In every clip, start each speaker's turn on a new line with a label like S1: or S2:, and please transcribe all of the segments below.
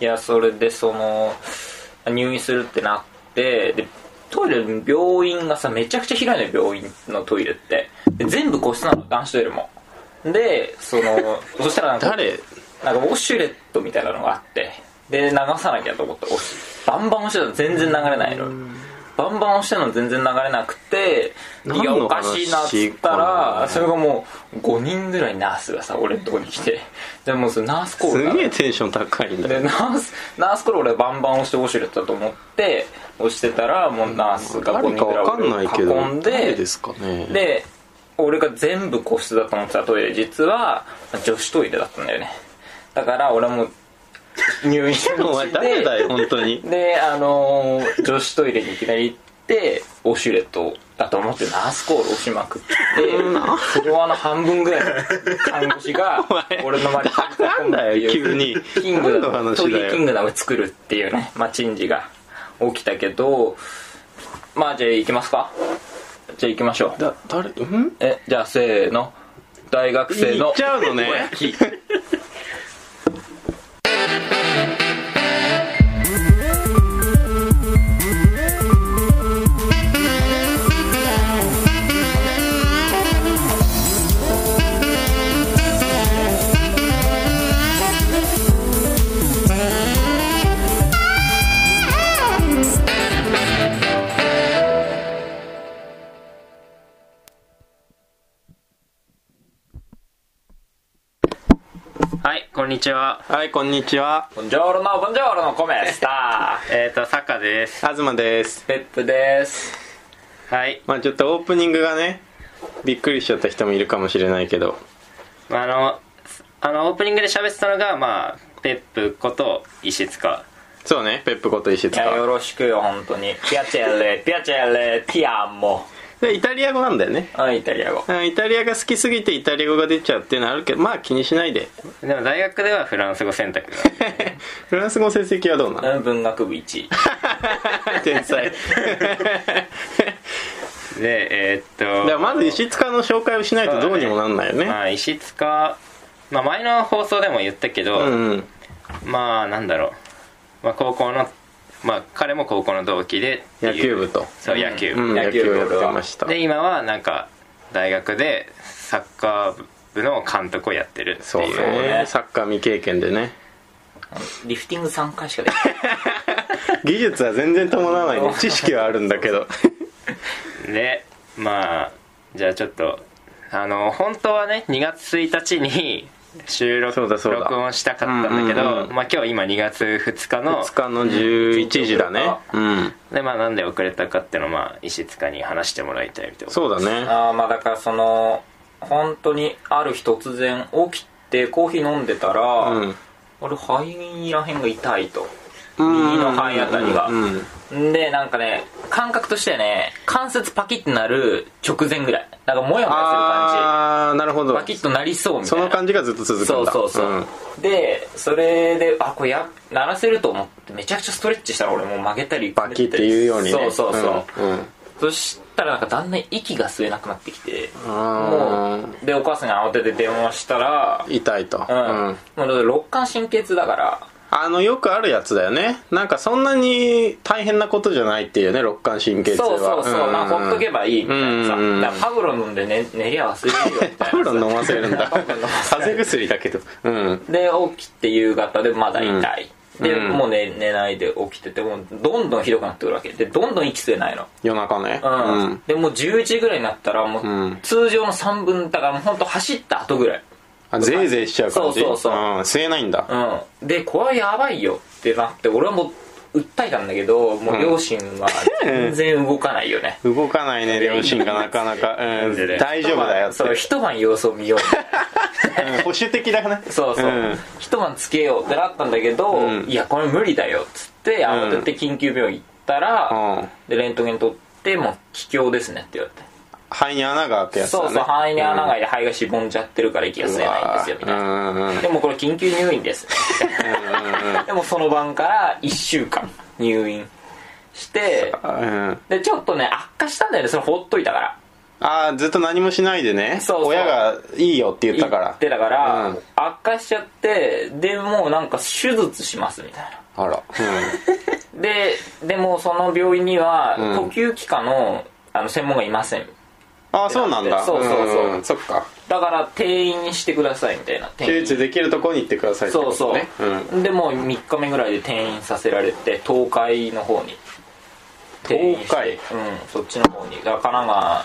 S1: いやそれでその入院するってなってでトイレ病院がさめちゃくちゃ広いのよ病院のトイレってで全部個室なの男子トイレもでそ のそしたらなんか
S2: 誰
S1: なんかウォシュレットみたいなのがあってで流さなきゃと思って押しバンバン押してたの全然流れないのバンバン押してたの全然流れなくてい
S2: 何
S1: や
S2: の
S1: おかしいなっつった
S2: 話か
S1: ら
S2: な
S1: それがもう5人ぐらいナースがさ俺のとこに来てでもうそのナースコール
S2: す
S1: なの
S2: げえテンション高いんだ
S1: で
S2: よ
S1: ナースナースコール俺バンバン押してウォシュレットだと思って押してたらもうナースが
S2: 誰
S1: 5
S2: か
S1: 人ぐら
S2: わかんないいけ
S1: 俺を
S2: ど
S1: 囲ん
S2: 誰
S1: で
S2: ですかね
S1: で俺が全部個室だと思ってたトイレ実は女子トイレだったんだよねだから俺も入院して
S2: お前誰だよ本当に
S1: であのー女子トイレにいきなり行ってウォシュレットだと思ってナースコール押しまくってフロアの半分ぐらいの看護師が
S2: お前
S1: 俺の前に
S2: なんだよ急に
S1: キング
S2: 何の
S1: ダム
S2: 話
S1: トイ
S2: だ
S1: レキン
S2: よ
S1: グダム作るっていうね、まあ、珍事が起きたけどまあじゃあ行きますかじゃあ行きましょう
S2: だ誰ん
S1: えじゃあせーの大学生の
S2: 行っちゃうのね
S1: ぼやき
S3: はい、こんにちは。
S2: はいこんにちは
S1: ボンジョーロのボンジョーロのコメスタ
S3: えっ、ー、と、サカです。
S2: 東です
S1: ーペップです
S3: はい。
S2: まあちょっとオープニングがねびっくりしちゃった人もいるかもしれないけど
S3: あの、あの、オープニングで喋ってたのが、まあ、ペップこと石塚。
S2: そうねペップこと石
S1: いやよ
S2: 塚
S1: ろしくよ本当にピアチェレピアチェレピアモ
S2: でイタリア語なんだよね
S1: あイタリア語
S2: うんイタリアが好きすぎてイタリア語が出ちゃうっていうのはあるけどまあ気にしないで
S3: でも大学ではフランス語選択が。
S2: フランス語成績はどうなの
S1: うん文学部1位
S2: 天才
S3: で、えー、っ
S2: だから
S3: と、
S2: まず石塚の紹介をしないとどうにもなんないよね
S3: まあ、石塚、まあ、前の放送でも言ったけど、
S2: うんうん
S3: まあ、なんだろう。まあ、高校の、まあ、彼も高校の同期でっていう
S2: 野球部と
S3: そう、野球部。
S2: うん
S1: 野
S2: 野
S1: 球
S2: 球
S1: 部
S2: 部やってました
S3: で、今は、なんか、大学でサッカー部の監督をやってるって
S2: そう
S3: いう。
S2: ねサッカー未経験でね
S1: リフティング3回しかできない
S2: 技術は全然伴わないね知識はあるんだけど
S3: でまあじゃあちょっとあの本当はね2月1日に収録
S2: そうだそうだ
S3: 録音したかったんだけど、
S2: うんうんうん
S3: まあ、今日今2月2日の
S2: 2日の11時だねうん
S3: で、まあ、なんで遅れたかっていうのを、まあ、石塚に話してもらいたいみたいな
S2: そうだね
S1: あーまあだからその本当にある日突然起きてコーヒー飲んでたら、
S2: うん
S1: 俺肺らへんが痛いと
S2: うん
S1: 右の肺あたりが
S2: うん
S1: でなんかね感覚としてね関節パキッてなる直前ぐらいなんかモヤモヤする感
S2: ああなるほ
S1: じ
S2: ど
S1: パキッとなりそうみた
S2: そ
S1: いな
S2: の感じがずっと続くんだ
S1: そうそうそう、
S2: ん
S1: でそれであこれや鳴らせると思ってめちゃくちゃストレッチしたら俺もう曲げたり
S2: バキって言うようにね
S1: そうそうそう、
S2: うんうん
S1: そしたらなんかだんだん息が吸えなくなってきて
S2: あー
S1: もうでお母さんに慌てて電話したら
S2: 痛いと
S1: う
S2: うん
S1: ん、もうだって肋間神経痛だから
S2: あのよくあるやつだよねなんかそんなに大変なことじゃないっていうね肋間神経痛は
S1: そうそうそう、
S2: ん
S1: まあほっとけばいいみたいなさ、
S2: うんうんうん
S1: だからパブロ飲んで寝寝りゃ忘れるよみたいな
S2: パ ブロン飲ませるん だ
S1: パブロン飲ませる
S2: 風邪薬だけどうん
S1: で起きて夕方でまだ痛い、
S2: うん
S1: で、
S2: うん
S1: もう寝寝ないで起きててもうどんどんひどくなってくるわけでどんどん息吸えないの
S2: 夜中ね
S1: うん、でもう11時ぐらいになったらも
S2: う
S1: うん通常の3分だからもうほんと走った後ぐらい
S2: あぜいぜいしちゃう感じ
S1: そうそうそうん
S2: 吸えないんだ
S1: うんでこれはやばいよってなって俺はもう訴えたんだけどもう両親は全然動かないよね、
S2: 動かないね両親がなかなか、うん、
S3: でね
S2: 大丈夫だよって
S1: そう一晩様子を見ようみ たいな
S2: うん保守的だね
S1: そうそう、
S2: ん
S1: 一晩つけようってなったんだけど、
S2: うん
S1: いやこれ無理だよっつって慌てて緊急病院行ったら、
S2: うん
S1: でレントゲン取ってもう気胸ですねって言われて、
S2: 肺に穴が開くやつだ
S1: そ
S2: ね
S1: うそう肺に穴が開いて肺がしぼんじゃってるから息が吸えないんですよみたいな、
S2: なうんうんうん
S1: でもこれ緊急入院ですでもその晩から1週間入院して
S2: うん
S1: でちょっとね悪化したんだよねそれほっといたから
S2: ああずっと何もしないでね
S1: そうそう
S2: 親がいいよって言ったから
S1: 言ってたから、
S2: うん
S1: 悪化しちゃってでもうなんか手術しますみたいな
S2: あら、
S1: ででもその病院には
S2: うん
S1: 呼吸器科のあの専門がいません
S2: ああそうなんだ
S1: そうそうそうん
S2: そっか
S1: だから定員にしてくださいみたいな
S2: 手
S1: 定員
S2: 術できるとこに行ってくださいって
S1: そ
S2: こ
S1: うそ
S2: と
S1: う、
S2: ねん
S1: でもう3日目ぐらいで転院させられて東海の方に転院して
S2: 東海
S1: うんそっちの方にだから神奈川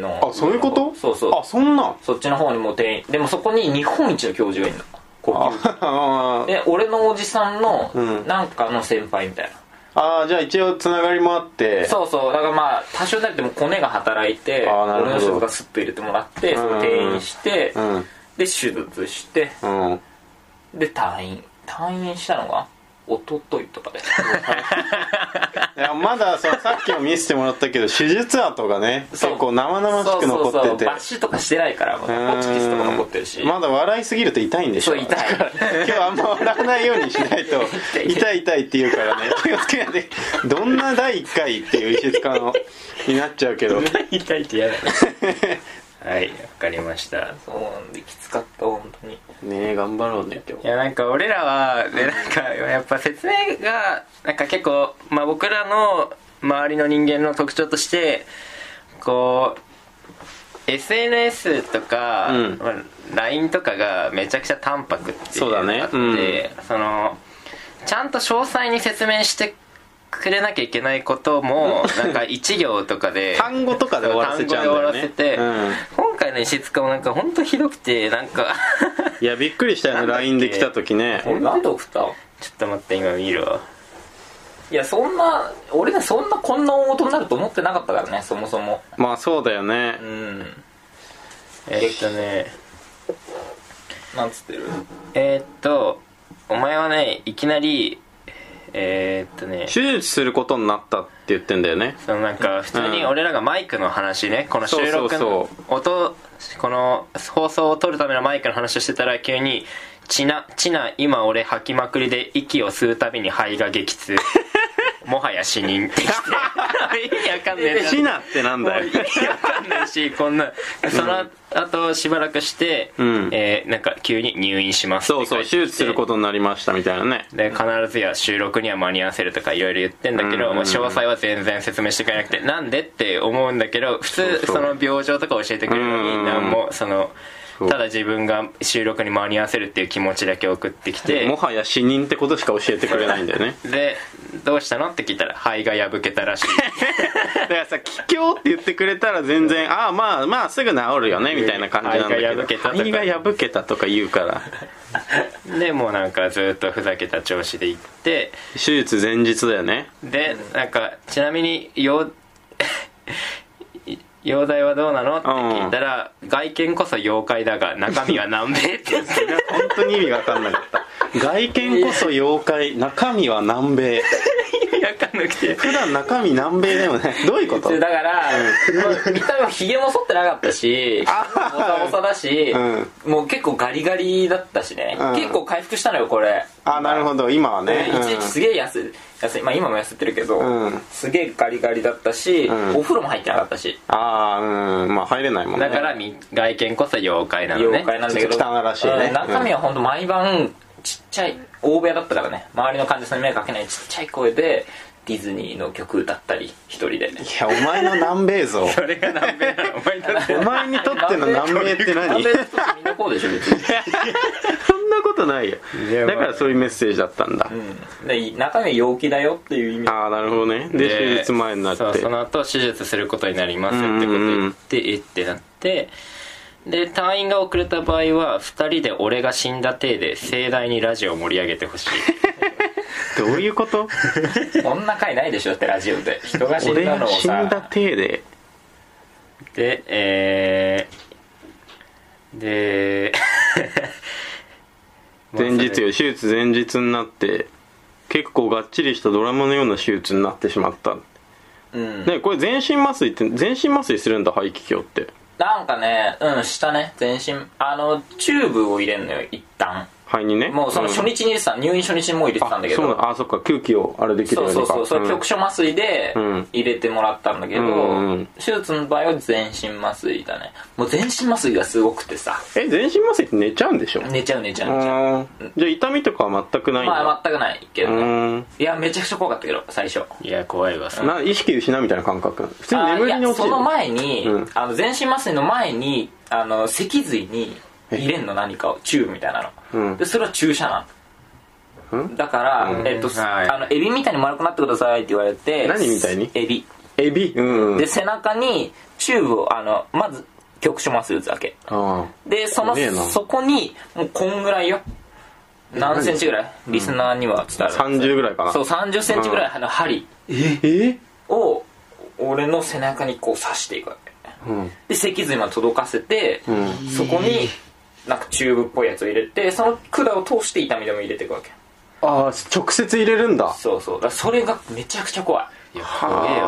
S1: の
S2: あそういうこと
S1: そうそう
S2: あそんなん
S1: そっちの方にも転院でもそこに日本一の教授がいるの呼吸器
S2: あー
S1: で俺のおじさんの
S2: うん
S1: なんかの先輩みたいな、
S2: あーじゃあ一応つながりもあって
S1: そうそうだからまあ多少なりともコネが働いて
S2: あーなるほ
S1: 俺
S2: ど
S1: の人とかスッと入れてもらってそれ転院して、
S2: うん
S1: で手術して
S2: うん
S1: で退院退院したのが一昨日とかで
S2: いやまだそう さっきも見せてもらったけど手術跡がね
S1: そう
S2: 結構生々しく残ってて
S1: そうそうそう抜歯とかしてないからもうホチキスとか残ってるし
S2: まだ笑いすぎると痛いんでしょ
S1: そう痛い
S2: 今日あんま笑わないようにしな いと
S1: 痛い
S2: 痛い痛いって言うからね気をつけないでどんな第1回っていう石塚のになっちゃうけど
S3: 痛いって嫌だ はいわかりました
S1: そうなんできつかった本当に
S2: ねえ頑張ろうね今
S3: いやなんか俺らはでなんかやっぱ説明がなんか結構、まあ、僕らの周りの人間の特徴としてこう SNS とか、
S2: うん
S3: まあ LINE とかがめちゃくちゃ淡白っていう
S2: そう
S3: のが
S2: だ
S3: あっ
S2: ね
S3: てそのちゃんと詳細に説明してくれなきゃいけないこ ともなんか一行とかで
S2: 単語とかで終わらせちゃうんだよね
S3: 単語で終わら
S2: うん
S3: せて、今回の石塚もなんか本当ひどくてなんか
S2: いやびっくりしたよね
S3: なんだっけ
S2: LINE で来た時ね
S1: 俺なんで送った
S3: ちょっと待って今見るわ
S1: いやそんな俺ねそんなこんな大事になると思ってなかったからねそもそも
S2: まあそうだよね
S1: うん
S3: えっとね
S1: なんつってる
S3: えーっとお前はねいきなりえーっとね
S2: 手術することになったって言ってんだよね
S3: そのなんか普通に俺らがマイクの話ねこの収録
S2: そう
S3: の音この放送を撮るためのマイクの話をしてたら急に「ちなちな今俺吐きまくりで息を吸うたびに肺が 激痛もはや死人」 ってきて意味わかんねえな
S2: シナってなんだよ
S3: 意味わかんないしこんなその後しばらくして、
S2: うん
S3: えーなんか急に入院しますっ
S2: そ
S3: て
S2: うそう手
S3: 書いてきて
S2: 術することになりましたみたいなね
S3: で必ずや収録には間に合わせるとかいろいろ言ってんだけど、
S2: うんうんうん
S3: もう詳細は全然説明してくれなくてなんでって思うんだけど普通
S2: そう
S3: そ
S2: そう
S3: の病状とか教えてくれるの
S2: うん
S3: に何もその
S2: そう
S3: ただ自分が収録に間に合わせるっていう気持ちだけ送ってきて
S2: もはや死人ってことしか教えてくれないんだよね
S3: でどうしたのって聞いたら肺が破けたらしい
S2: だからさ「気境」って言ってくれたら全然「ああまあまあすぐ治るよね」みたいな感じなんだ
S3: 肺が破
S2: けど
S3: けたとか
S2: 肺が破けたとか言うから
S3: でもうなんかずっとふざけた調子で行って
S2: 手術前日だよね
S3: でなんかちなみに容 容体はどうなのって聞いたら、外見こそ妖怪だが中身は南米って言って
S2: いや本当に意味が分かんなかった 外見こそ妖怪中身は南米
S3: わかんなくて
S2: 普段中身南米だよねどういう こと
S1: でだから、見た目もひげも剃ってなかったしボサボサだし、
S2: う
S1: もう結構ガリガリだったしね、
S2: うん
S1: 結構回復したのよこれ
S2: あなるほど今はね
S1: で一時期すげえ痩せ痩せまあ今も痩せてるけど、
S2: うん
S1: すげえガリガリだったし、
S2: うん
S1: お風呂も入ってなかったし
S2: ああうんまあ入れないもんね
S3: だからみ外見こそ妖怪なのね
S1: 妖怪なんだけど
S2: ちょっと汚らしいね
S1: うん中身は本当毎晩ちっちゃい大部屋だったからね周りの患者さんに迷惑かけないちっちゃい声でディズニーの曲歌ったり一 人で
S2: いやお前の南米像
S3: それが南米なのお前だって
S2: お前にとっての南米って
S1: な
S2: 何
S1: んでみんなこうでしょ別に
S2: そんなことないよ
S3: いや
S2: だからそういうメッセージだったんだ、
S1: うんで中身陽気だよっていう意味
S2: ああなるほどねで手術前になって
S3: そうその後手術することになりますってこと言って、えってなってで退院が遅れた場合は2人で俺が死んだ体で盛大にラジオを盛り上げてほしい
S2: どういうこと
S1: こんな回ないでしょってラジオで人が死ん
S2: 俺
S1: だの
S2: が
S1: を
S2: 死んだ
S1: さ
S2: 体で
S3: でえー、で
S2: 前日
S3: よ
S2: よ手術前日になって結構がっちりしたドラマのような手術になってしまった
S1: うん
S2: ねこれ全身麻酔って全身麻酔するんだ肺気胸って
S1: なんかねうんしたね全身あのチューブを入れんのよ一旦
S2: 肺にね
S1: もうその初日に入れてた、入院初日にもう入れてたんだけど
S2: あそうなあそっか空気をあれできるよ
S1: そうう
S2: に
S1: そ
S2: か
S1: うそうそれ
S2: ん
S1: 局所麻酔で
S2: うん
S1: 入れてもらったんだけど、
S2: うんうん
S1: 手術の場合は全身麻酔だねもう全身麻酔がすごくてさ
S2: え全身麻酔って寝ちゃうんでしょ
S1: 寝ちゃう寝ちゃう寝ちゃう
S2: あーじゃあ痛みとかは全くないんだ、
S1: まあ全くないけど
S2: う
S1: ね、
S2: ーん
S1: いやめちゃくちゃ怖かったけど最初
S3: いや怖いわそれ
S2: な意識失うみたいな感覚普通に眠り
S1: あーい
S2: に落ちてる
S1: やその前に、
S2: うん
S1: あの全身麻酔の前にあの脊髄に入れんの何かをチューブみたいなの、
S2: うん
S1: でそれは注射なの、
S2: ん
S1: だから、えっと、
S3: はい
S1: あのエビみたいに丸くなってくださいって言われて
S2: 何みたいに
S1: エビ
S2: エビうん
S1: で背中にチューブをあのまず局所麻酔打つだけ
S2: あ
S1: でその
S2: すげえな
S1: そこにもうこんぐらいよ何センチぐらいリスナーには伝
S2: あ
S1: わる、
S2: 30ぐらいかな
S1: そう3 0センチぐらいの針
S2: ええ
S1: を俺の背中にこう刺していくわけ
S2: うん
S1: で脊髄まで届かせて、
S2: ん
S1: そこになんかチューブっぽいやつを入れてその管を通して痛み止め入れていくわけ
S2: ああ直接入れるんだ
S1: そうそうだからそれがめちゃくちゃ怖い
S3: いや怖えわそんな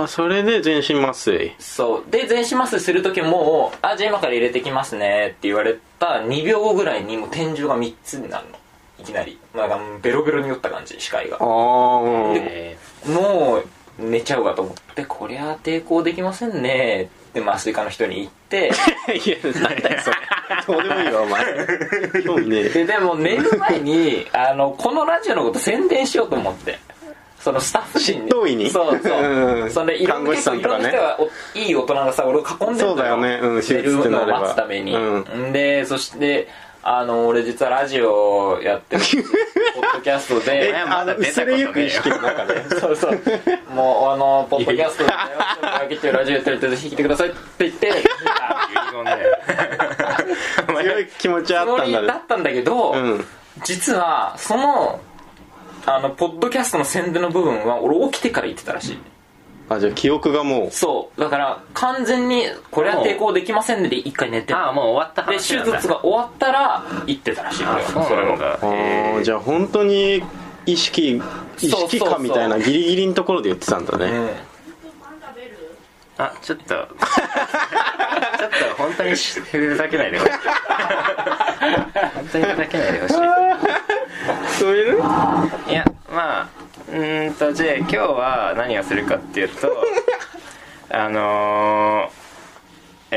S2: ああそれで全身麻酔
S1: そうで全身麻酔する時も「あじゃあ今から入れてきますね」って言われた2秒後ぐらいにもう天井が3つになるのいきなりなんかもうベロベロに酔った感じ視界が
S2: ああうん
S3: え
S1: もう寝ちゃうかと思ってこりゃ抵抗できませんねって麻酔科の人に言って
S2: いや何だよそれどうでもいいわ お前興味ねえ
S1: ででも寝る前にあのこのラジオのこと宣伝しようと思ってそのスタッフ陣
S2: 執刀医に
S1: そうそう、
S2: うん
S1: それいろん
S2: 看
S1: な
S2: 護師
S1: 結
S2: さ
S1: 構
S2: ん
S1: い
S2: と
S1: ろ
S2: か
S1: ん
S2: ね
S1: な人がおいい大人がさ俺を囲んでるの
S2: そうだよねうん手術
S1: 寝る
S2: ってな
S1: のを
S2: れば
S1: 待つために、
S2: う
S1: でそしてあの俺実はラジオをやってるポッドキャスト
S3: え
S1: で
S3: 前
S2: あ
S3: ま
S2: の
S3: だ出た
S2: 薄
S3: こと
S2: れ
S3: ねえ
S2: ゆ
S3: よ
S2: く意識の 中で
S1: そうそうもうあのポッドキャストで「キッチンラジオやってるってぜひ聞いてください」って言って
S3: え遺言だよお前
S2: 強い気持ちあ
S1: つ
S2: っ
S1: も
S2: たん
S1: り
S2: だ
S1: だ
S2: ね
S1: ったんだけど、
S2: うん
S1: 実はそのあのポッドキャストの宣伝の部分は俺起きてから言ってたらしい
S2: あじゃあ記憶がもう
S1: そうだから完全にこれは抵抗できませんねで一回寝て
S3: ああもう終わった
S1: で手
S3: 話なんだ
S1: 術が終わったら行ってたらしい
S3: あ
S1: 俺は
S3: そうなんだ
S2: あーじゃあ本当に意識意識
S1: そうそうそ
S2: か
S1: う
S2: みたいなギリギリのところで言ってたんだ
S1: う
S2: ね
S1: ん
S3: あ ちょっとちょっと本当にしふざけないでほしい本当にふざけないでほしい
S2: そういうね
S3: いやまあうーんとじゃあ今日は何をするかっていうとあのー、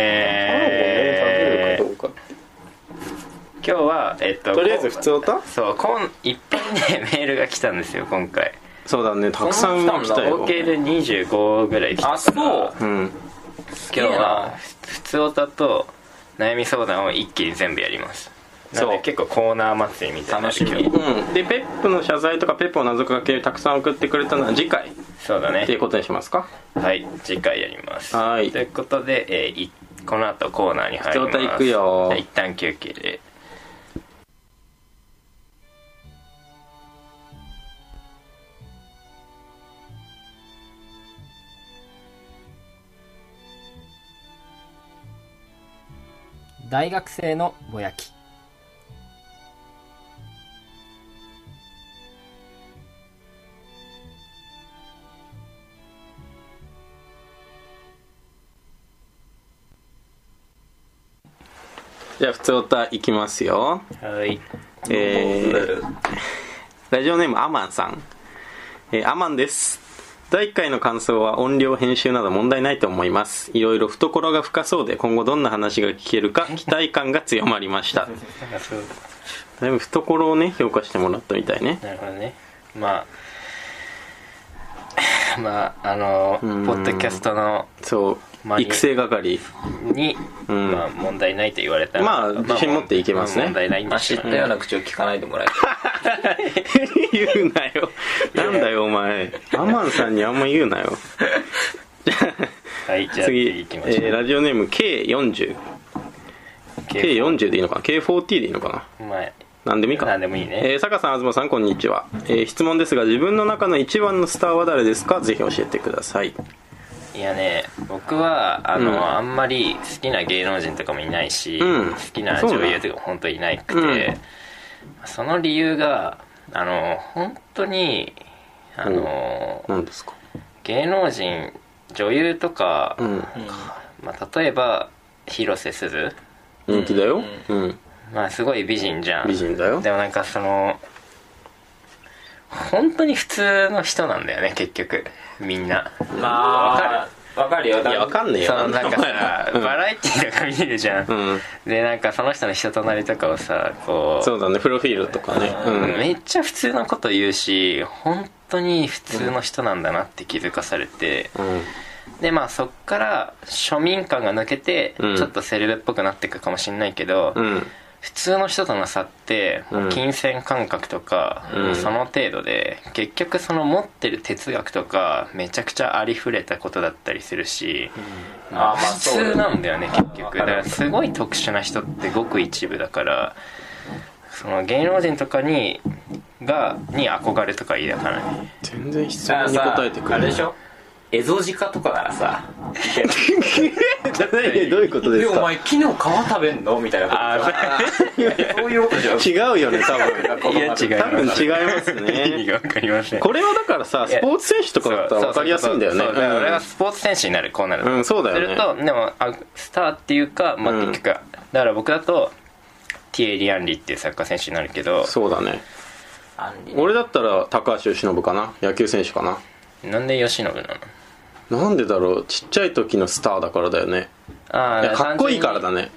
S3: えー、今日はえっと
S2: とりあえず普通歌
S3: そうこんいっぺんねメールが来たんですよ今回
S2: そうだねたくさん
S1: そんな
S2: 来
S1: 来たん
S2: た
S1: だ
S3: 合
S2: よ
S3: 計で25ぐらい来た
S1: あそう
S2: うん
S3: 今日は
S1: す
S3: ふ普通歌と悩み相談を一気に全部やりますなの
S2: そ
S3: で
S2: う
S3: 結構コーナー祭りみたいな
S1: 楽しみ
S3: 今日
S2: うん、でペップの謝罪とかペップを謎かけたくさん送ってくれたのは次回っ
S3: そうだね
S2: ていうことにしますか
S3: はい次回やります
S2: はい
S3: ということで、えーいこの後コーナーに入ります
S2: 普通歌行くよ
S3: じゃあ一旦休憩で
S4: 大学生のぼやき
S2: じゃあ普通歌いきますよ
S3: はい
S2: えー、 ラジオネームアマンさん、えーアマンです第1回の感想は音量編集など問題ないと思いますいろいろ懐が深そうで今後どんな話が聞ける か期待感が強まりましただいぶ懐をね評価してもらったみたいね
S3: なるほどねまあ まああの
S2: うん
S3: ポッドキャストの
S2: そ
S3: まあ
S2: う育成係
S3: に、
S2: うん
S3: まあ、問題ないと言われたら
S2: まあ自信持っていけますね
S3: 問題ないん
S1: ま
S3: で
S1: あ
S3: し
S1: 知
S3: ょ
S1: っ
S3: う
S1: た
S3: ね
S1: ような口を聞かないでもらえる
S2: 言うなよなんだよお前アマンさんにあんま言うなよ
S3: はいじゃ
S2: 次
S3: あ次
S2: え
S3: 行きましょ
S2: ー
S3: う
S2: ラジオネーム K40K40
S3: K
S2: でいいのかな K40 でいいのかな
S3: まあ
S2: なんでもいいか
S3: 何でもいいね
S2: えー、坂さん東さんこんにちは、えー質問ですが自分の中の一番のスターは誰ですかぜひ教えてください
S3: いやね僕はあの、
S2: うん
S3: あんまり好きな芸能人とかもいないし、
S2: うん
S3: 好きな女優とかも本当いなくて
S2: そ
S3: そ,、
S2: うなん
S3: の理由があの本当にあの、
S2: 何ですか
S3: 芸能人女優とか、
S2: うん
S1: うん
S3: まあ、例えば広瀬すず
S2: 人気だようん、
S3: まあすごい美人じゃん
S2: 美人だよ
S3: でもなんかその本当に普通の人なんだよね結局みんな
S1: まあわかるよ
S2: いやわかんねえよ
S3: そのなんかさ、
S2: うん
S3: バラエティーとか見るじゃ ん、
S2: うん
S3: でなんかその人の人となりとかをさこう
S2: そうだねプロフィールとかねうん
S3: めっちゃ普通のこと言うし本当に普通の人なんだなって気づかされて、
S2: うん
S3: でまあそっから庶民感が抜けて、
S2: うん
S3: ちょっとセレブっぽくなっていくかもしんないけど、
S2: うん
S3: 普通の人との差って、
S2: うん
S3: 金銭感覚とか、
S2: うん
S3: その程度で結局その持ってる哲学とかめちゃくちゃありふれたことだったりするし、ま
S1: あま
S3: あ
S1: あ
S3: 普
S1: そうだね
S3: 通なんだよね結
S1: わ
S3: 局
S1: か
S3: だ
S1: る
S3: からすごい特殊な人ってごく一部だからその芸能人とかにがに憧れとか言いだからね
S2: 全然質
S1: だから
S2: 問に
S1: さ
S2: 答えてくれ
S1: あ
S2: な
S1: れ
S2: い
S1: でしょエゾジカとかなら さ
S2: じゃないねどういうことです
S1: えお
S2: か
S1: 前昨日皮食べんのみたいなことさ そういうことじゃん
S2: 違うよね多分
S1: いや違い
S2: 多分違います
S3: 意
S2: ね
S3: 味が分かりません
S2: これはだからさスポーツ選手とかだったら分かりやすいんだよね
S3: そうそうそうそうだから俺はスポーツ選手になるこうなると
S2: うんそうだよね
S3: するとでもあスターっていうか、まあ、
S2: うん
S3: 結局、だから僕だとティエリ・アンリっていうサッカー選手になるけど
S2: そうだね
S1: あんり
S2: 俺だったら高橋由伸かな野球選手かな
S3: なんで慶喜なの
S2: なんでだろうちっちゃい時のスターだからだよね
S3: あ
S2: いやかっこいいからだ
S3: ね
S2: ね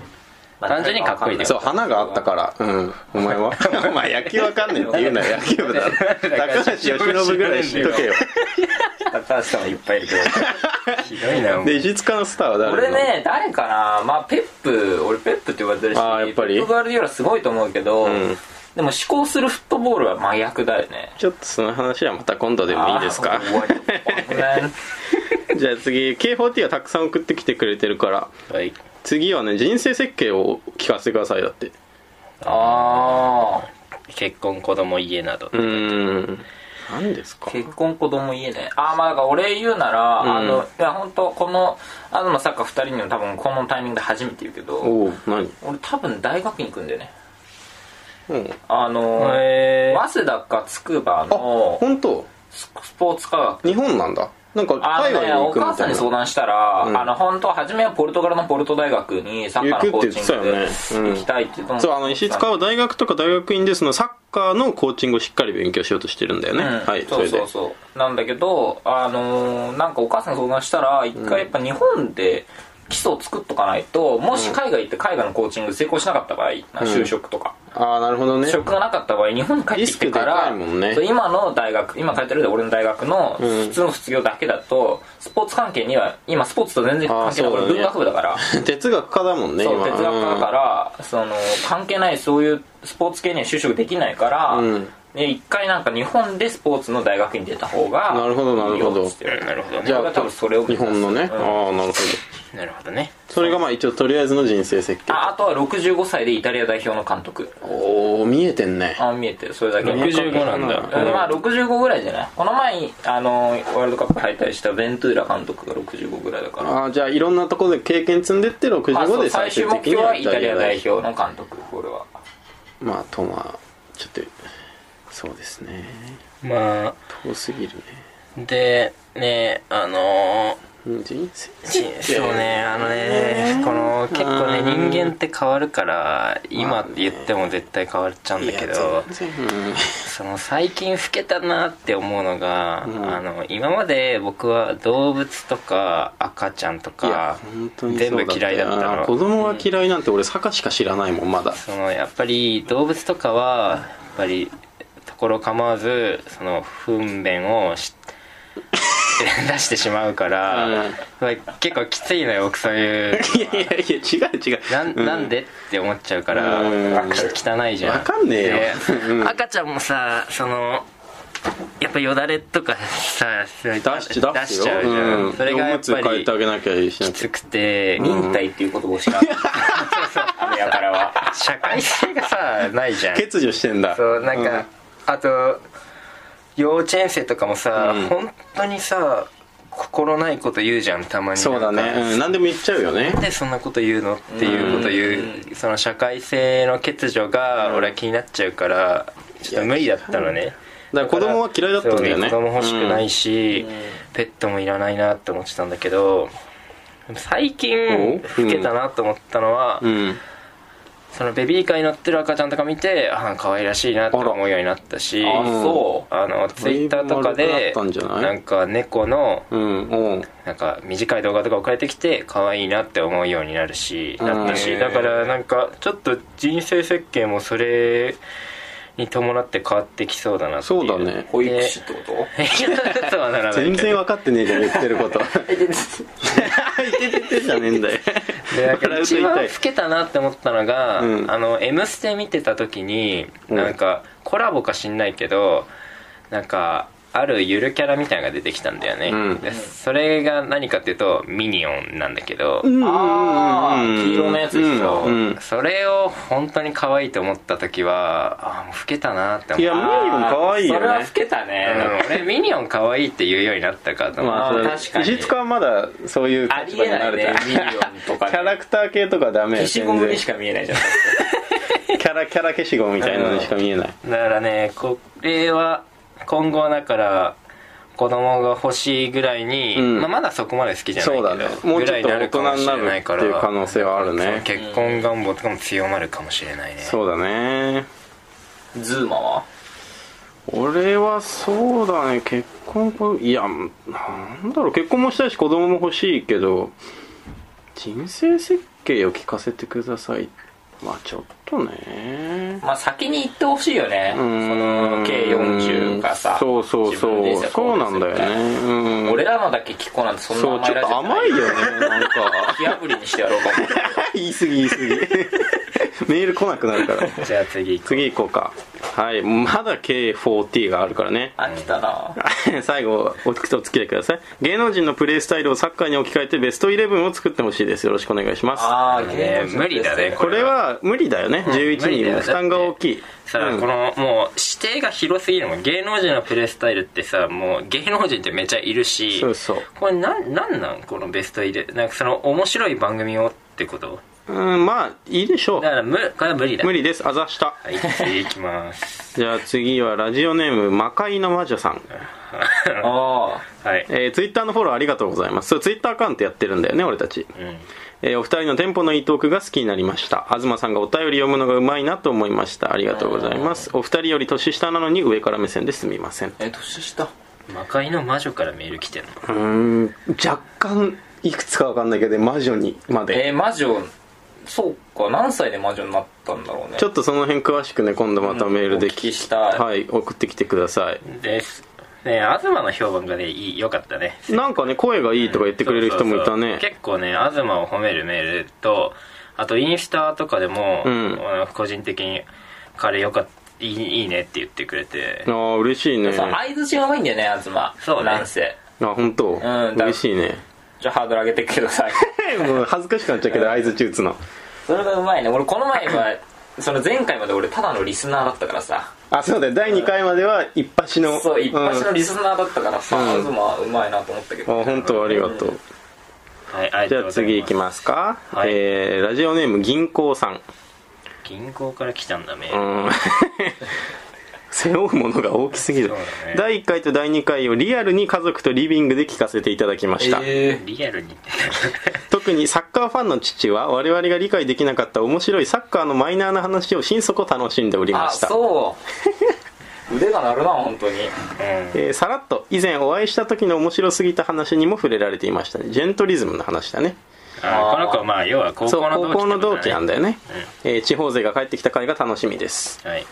S3: 単純にかっこいいだよ
S2: そう花があったからうんお前 はお前野球わかんねえって言うなよ野球部だろ 高橋由伸ぐらい知っとけよ
S1: 高橋さんはいっぱいい るけど
S3: ひどいなお前
S2: で石塚のスターは誰
S1: 俺
S2: なの
S1: ね誰かなまあペップ俺ペップって呼ばれてるし
S2: あーやっぱり
S1: ペップガールディオラすごいと思うけど、
S2: ん
S1: でも思考するフットボールは真逆だよね
S2: ちょっとその話はまた今度でもいいですか
S1: あー終わり終わりね
S2: じゃあ次 K40 はたくさん送ってきてくれてるから
S3: はい
S2: 次はね人生設計を聞かせてくださいだって
S1: ああ
S3: 結婚子供家など
S2: うーん何ですか
S1: 結婚子供家ねああまあだから俺言うなら、
S2: ん
S1: あのいや本当この東サッカー2人にも多分このタイミングで初めて言うけど
S2: おお何
S1: 俺多分大学院行くんだよね
S2: うん
S1: あの
S3: へー
S1: 早稲田か筑波
S2: あ
S1: の
S2: 本当
S1: ススポーツ科学
S2: 日本なんだなんか
S1: あ
S2: 海
S1: の
S2: 外
S1: ね、
S2: に行
S1: お
S2: くみ
S1: 母さ
S2: た
S1: ん
S2: い
S1: に相
S2: な
S1: 談したら、
S2: うん
S1: あの本当初めはポルトガルのポルト大学にサッカーのコーチングで
S2: 行くって言ってたよねうん
S1: 行きたいって言ってたの
S2: そうあの石塚は大学とか大学院でそのサッカーのコーチングをしっかり勉強しようとしてるんだよね、
S1: うん
S2: はい
S1: そ
S2: そ
S1: う
S2: れで
S1: そうそうなんだけどあのーなんかお母さんに相談したら一回やっぱ日本で基礎を作っとかないともし海外行って海外のコーチングで成功しなかった場合、就職とか
S2: ああなるほどね
S1: 職がなかった場合日本に帰ってきてか
S2: リス
S1: ら
S2: クでかいもんね
S1: そう今の大学今通ってるで俺の大学の
S2: うん
S1: 普通の卒業だけだと、スポーツ関係には今スポーツと全然関係ない
S2: あーそうだ
S1: 俺
S2: ね
S1: 文学部だから
S2: 哲学家だもんね
S1: そう
S2: 今
S1: 哲学科だからら、その関係ないそういうスポーツ系には就職できないから、
S2: うん
S1: で一回なんか日本でスポーツの大学に出た方が
S2: なるほどなるほ
S1: いい
S2: ど
S1: よっつって
S3: なるほどね
S2: じゃあ
S1: 俺は多分それを目
S2: 日
S1: 指す
S2: 本のね、
S1: うん
S2: ああなるほど
S3: なるほどね
S2: それがまあ一応とりあえずの人生設計
S1: ああとは65歳でイタリア代表の監督
S2: おお見えてんね
S1: あ見えてるそれだけ
S3: 65なんだ
S1: うんまあ65ぐらいじゃないこの前にあのワールドカップ敗退したベントゥーラ監督が65ぐらいだから
S2: ああじゃあいろんなところで経験積んでって
S1: まあ
S2: 65
S1: そ
S2: で
S1: う最
S2: 最
S1: 終
S2: 終
S1: 目
S2: 的に
S1: 標
S2: は
S1: は
S2: イ
S1: イ
S2: タ
S1: タ
S2: リ
S1: リ
S2: ア
S1: ア
S2: 代
S1: 代
S2: 表
S1: 表の監督これは
S2: まあとまあちょっとそうですね
S3: まあ
S2: 遠すぎるね
S3: でねあの
S2: うん人生
S3: ちそうねあのねこの結構ね
S2: うん
S3: 人間って変わるから今って言っても絶対変わっちゃうんだけ
S2: いや
S3: ど
S2: 全然うん
S3: その最近老けたなって思うのが、
S2: うん
S3: あの今まで僕は動物とか赤ちゃんと
S2: いや
S3: か
S2: 本当にそう
S3: 全部嫌いだった
S2: よな
S3: の
S2: 子供が嫌いなんて俺坂しか知らないもんまだ
S3: そのやっぱり動物とかはやっぱりところ構わずその糞便を し出してしまうから、
S2: うん
S3: まあ結構きついのよ僕そういう
S2: いやいやいや違う違う
S3: なん
S2: う
S3: なんでって思っちゃうから
S2: うん
S3: あ汚いじゃん
S2: わかんねえよ
S3: で赤ちゃんもさそのやっぱよだれとかさ出し
S2: 出し出す
S3: し
S2: よ
S3: ちゃうじゃん、
S2: うん
S3: それがやっ
S2: おむつ
S3: ぱ
S2: 変え
S3: り
S2: てあげなきゃいいしな
S3: きつくて、
S1: 忍耐っていう言葉を知 らない俺やからは
S3: 社会性がさないじゃん
S2: 欠如してんだ
S3: そうなんか、あと幼稚園生とかもさ、
S2: うん
S3: 本当にさ心ないこと言うじゃんたまに
S2: そうだ
S3: なんか
S2: ね、うん、何でも言っちゃうよね
S3: なんでそんなこと言うのっていうこと言うその社会性の欠如が俺は気になっちゃうからちょっと無理だったのね
S2: だから子供は嫌いだったんだよね
S3: そう子供欲しくないし、ペットもいらないなって思ってたんだけど最近
S2: お
S3: 老けたなと思ったのは、
S2: うん
S3: そのベビーカーに乗ってる赤ちゃんとか見てああ可愛らしいなって思うようになったし
S1: あそう
S3: あのツイッターとか
S2: だ
S3: で
S2: ったんじゃない
S3: なんか猫の
S2: うんおう
S3: なんか短い動画とか送られてきて可愛いなって思うようになるし
S2: うん
S3: なったしだからなんかちょっと人生設計もそれに伴って変わってきそうだなってい
S2: そう だね
S1: 保育士ってこと
S3: いやそうはならないけど
S2: 全然分かってねえじゃん言ってる こといて ててじゃねえんだよ
S3: でなんか
S2: 笑うと
S3: 一番
S2: 痛
S3: 老
S2: い
S3: けたなって思ったのが「
S2: うん
S3: あの M ステ」見てた時に
S2: うん
S3: なんかコラボか知んないけどなんかあるゆるキャラみたいなのが出てきたんだよね、
S2: うん
S3: でそれが何かっていうとミニオンなんだけど、
S1: あー黄色のやつでしょ
S2: うんうん
S3: それを本当に可愛いと思った時はあーもう老けたなって思
S2: い
S3: っ
S2: やミニオン可愛い
S1: それ
S2: よ
S1: は
S2: ね
S1: 老けたね、
S3: た俺ミニオン可愛いって言うようになったかと思って
S2: まあそれ
S1: 確かに
S2: 石塚はまだそういう
S1: あ
S2: 立
S1: り
S2: 場
S1: え
S2: に
S1: な
S2: ないるじゃ
S1: ね
S2: ん
S1: ミニオンとかね
S2: キャラクター系とかダメ
S1: 消
S2: よ
S1: しゴムに
S2: 全
S1: し
S2: 然
S1: か見えないじゃん
S2: キャラキャラ消しゴムみたいなのにしか見えない
S3: だからねこれは今後はだから子供が欲しいぐらいに、
S2: うん
S3: まあ、まだそこまで好きじゃない
S2: そ
S3: け
S2: う
S3: ど
S2: だねもう
S3: ぐ
S2: ちょ
S3: ら
S2: っ
S3: い
S2: と
S3: にな
S2: 大人
S3: るかも
S2: に
S3: し
S2: な
S3: れ
S2: る
S3: ない
S2: って
S3: から
S2: いう可能性はあるね
S3: 結婚願望とかも強まるかもしれないね
S2: そうだね
S1: ズーマは
S2: 俺はそうだね結婚こいやなんだろう結婚もしたいし子供も欲しいけど人生設計を聞かせてくださいまあちょっとね
S1: まあ先に行ってほしいよね
S2: う
S1: そ
S2: ー
S1: の
S2: ん
S1: 計40がさ
S2: そうそう
S1: 自
S2: そ
S1: 分
S2: う
S1: で
S2: そうなんだよねうん
S1: 俺らのだけ聞こうなんてそんな
S2: そうち
S1: 甘いら
S2: ょっ
S1: し
S2: と甘いよねなんか
S1: 火あぶりにしてやろうかも
S2: 言い過ぎ言い 過ぎメール来なくなるから
S3: じゃあ次行こ
S2: 次行こうかはいまだ K4T があるからね
S1: 飽きたな
S2: 最後おお付き合いください芸能人のプレースタイルをサッカーに置き換えてベストイレブンを作ってほしいですよろしくお願いします
S1: ああ
S3: うね無理だね
S2: これは無理だよね、11
S3: 無理だ
S2: 人
S3: よ
S2: も負担が大きい
S3: さあ、
S2: うん
S3: このもう指定が広すぎるもん芸能人のプレースタイルってさもう芸能人ってめちゃいるし
S2: そうそう
S3: これなんなんなんこのベスト入れなんかその面白い番組をってこと
S2: うんまあいいでしょ
S3: だからむこれは無理だ
S2: う無理ですあざした
S3: はい次行きます
S2: じゃあ次はラジオネーム魔界の魔女さん、
S1: あ
S3: はい
S2: えー、ツイッターのフォローありがとうございますそうツイッターアカウントやってるんだよね俺たち
S3: うん
S2: えーお二人のテンポのいいトークが好きになりました東さんがお便り読むのがうまいなと思いましたありがとうございますお二人より年下なのに上から目線ですみませんう
S1: あえ年下
S3: 魔界の魔女からメール来てんの
S2: ーん若干いくつかわかんないけど魔女にまで
S1: えー、魔女そうか何歳で魔女になったんだろうね
S2: ちょっとその辺詳しくね今度またメールで
S1: お聞きしたい
S2: はい送ってきてください
S3: ですね東の評判がねいい良かったね
S2: なんかね声がいいとか言ってくれる人もいた
S3: そうそう
S2: ね
S3: そう結構ね東を褒めるメールとあとインスタとかでも、
S2: うん
S3: あの個人的に「彼よかったいいいいね」って言ってくれて
S2: ああ嬉しいね
S1: そう相づちがうまいんだよね東
S3: そうね
S1: なんせ
S2: あ本当、
S1: だ
S2: 嬉しいね
S1: じゃあハードル上げてくだ さい
S2: もう恥ずかしくなっちゃうけど合図打つの
S1: それがうまいね俺この前はその前回まで俺ただのリスナーだったからさ
S2: あそうだよ第2回までは一発の
S1: そう一発
S2: う
S1: の
S2: ん
S1: リスナーだったからさ、
S2: うん
S1: 東はうまいなと思ったけど
S2: あ本当ありがとう、
S3: はいあり
S2: じ
S3: が
S2: ゃあ
S3: とうございます
S2: 次行きますか、
S3: はい
S2: えーラジオネーム銀行さん
S3: 銀行から来たんだメー
S2: う
S3: ル、
S2: ん 背負うものが大きすぎる、
S3: そうだね
S2: 第1回と第2回をリアルに家族とリビングで聞かせていただきました、
S1: え
S3: リアルに
S2: 特にサッカーファンの父は我々が理解できなかった面白いサッカーのマイナーな話を心底楽しんでおり
S1: ー、
S2: ま
S1: あ
S2: した
S1: そう 腕が鳴るな本当に
S3: うん
S2: えーさらっと以前お会いした時の面白すぎた話にも触れられていましたねジェントリズムの話だね
S3: あこの子はまあ要は高
S2: そう
S3: 校の同期ってことだね、
S2: 高校の同期なんだよね、
S3: う
S2: えー地方勢が帰ってきた回が楽しみです
S3: はい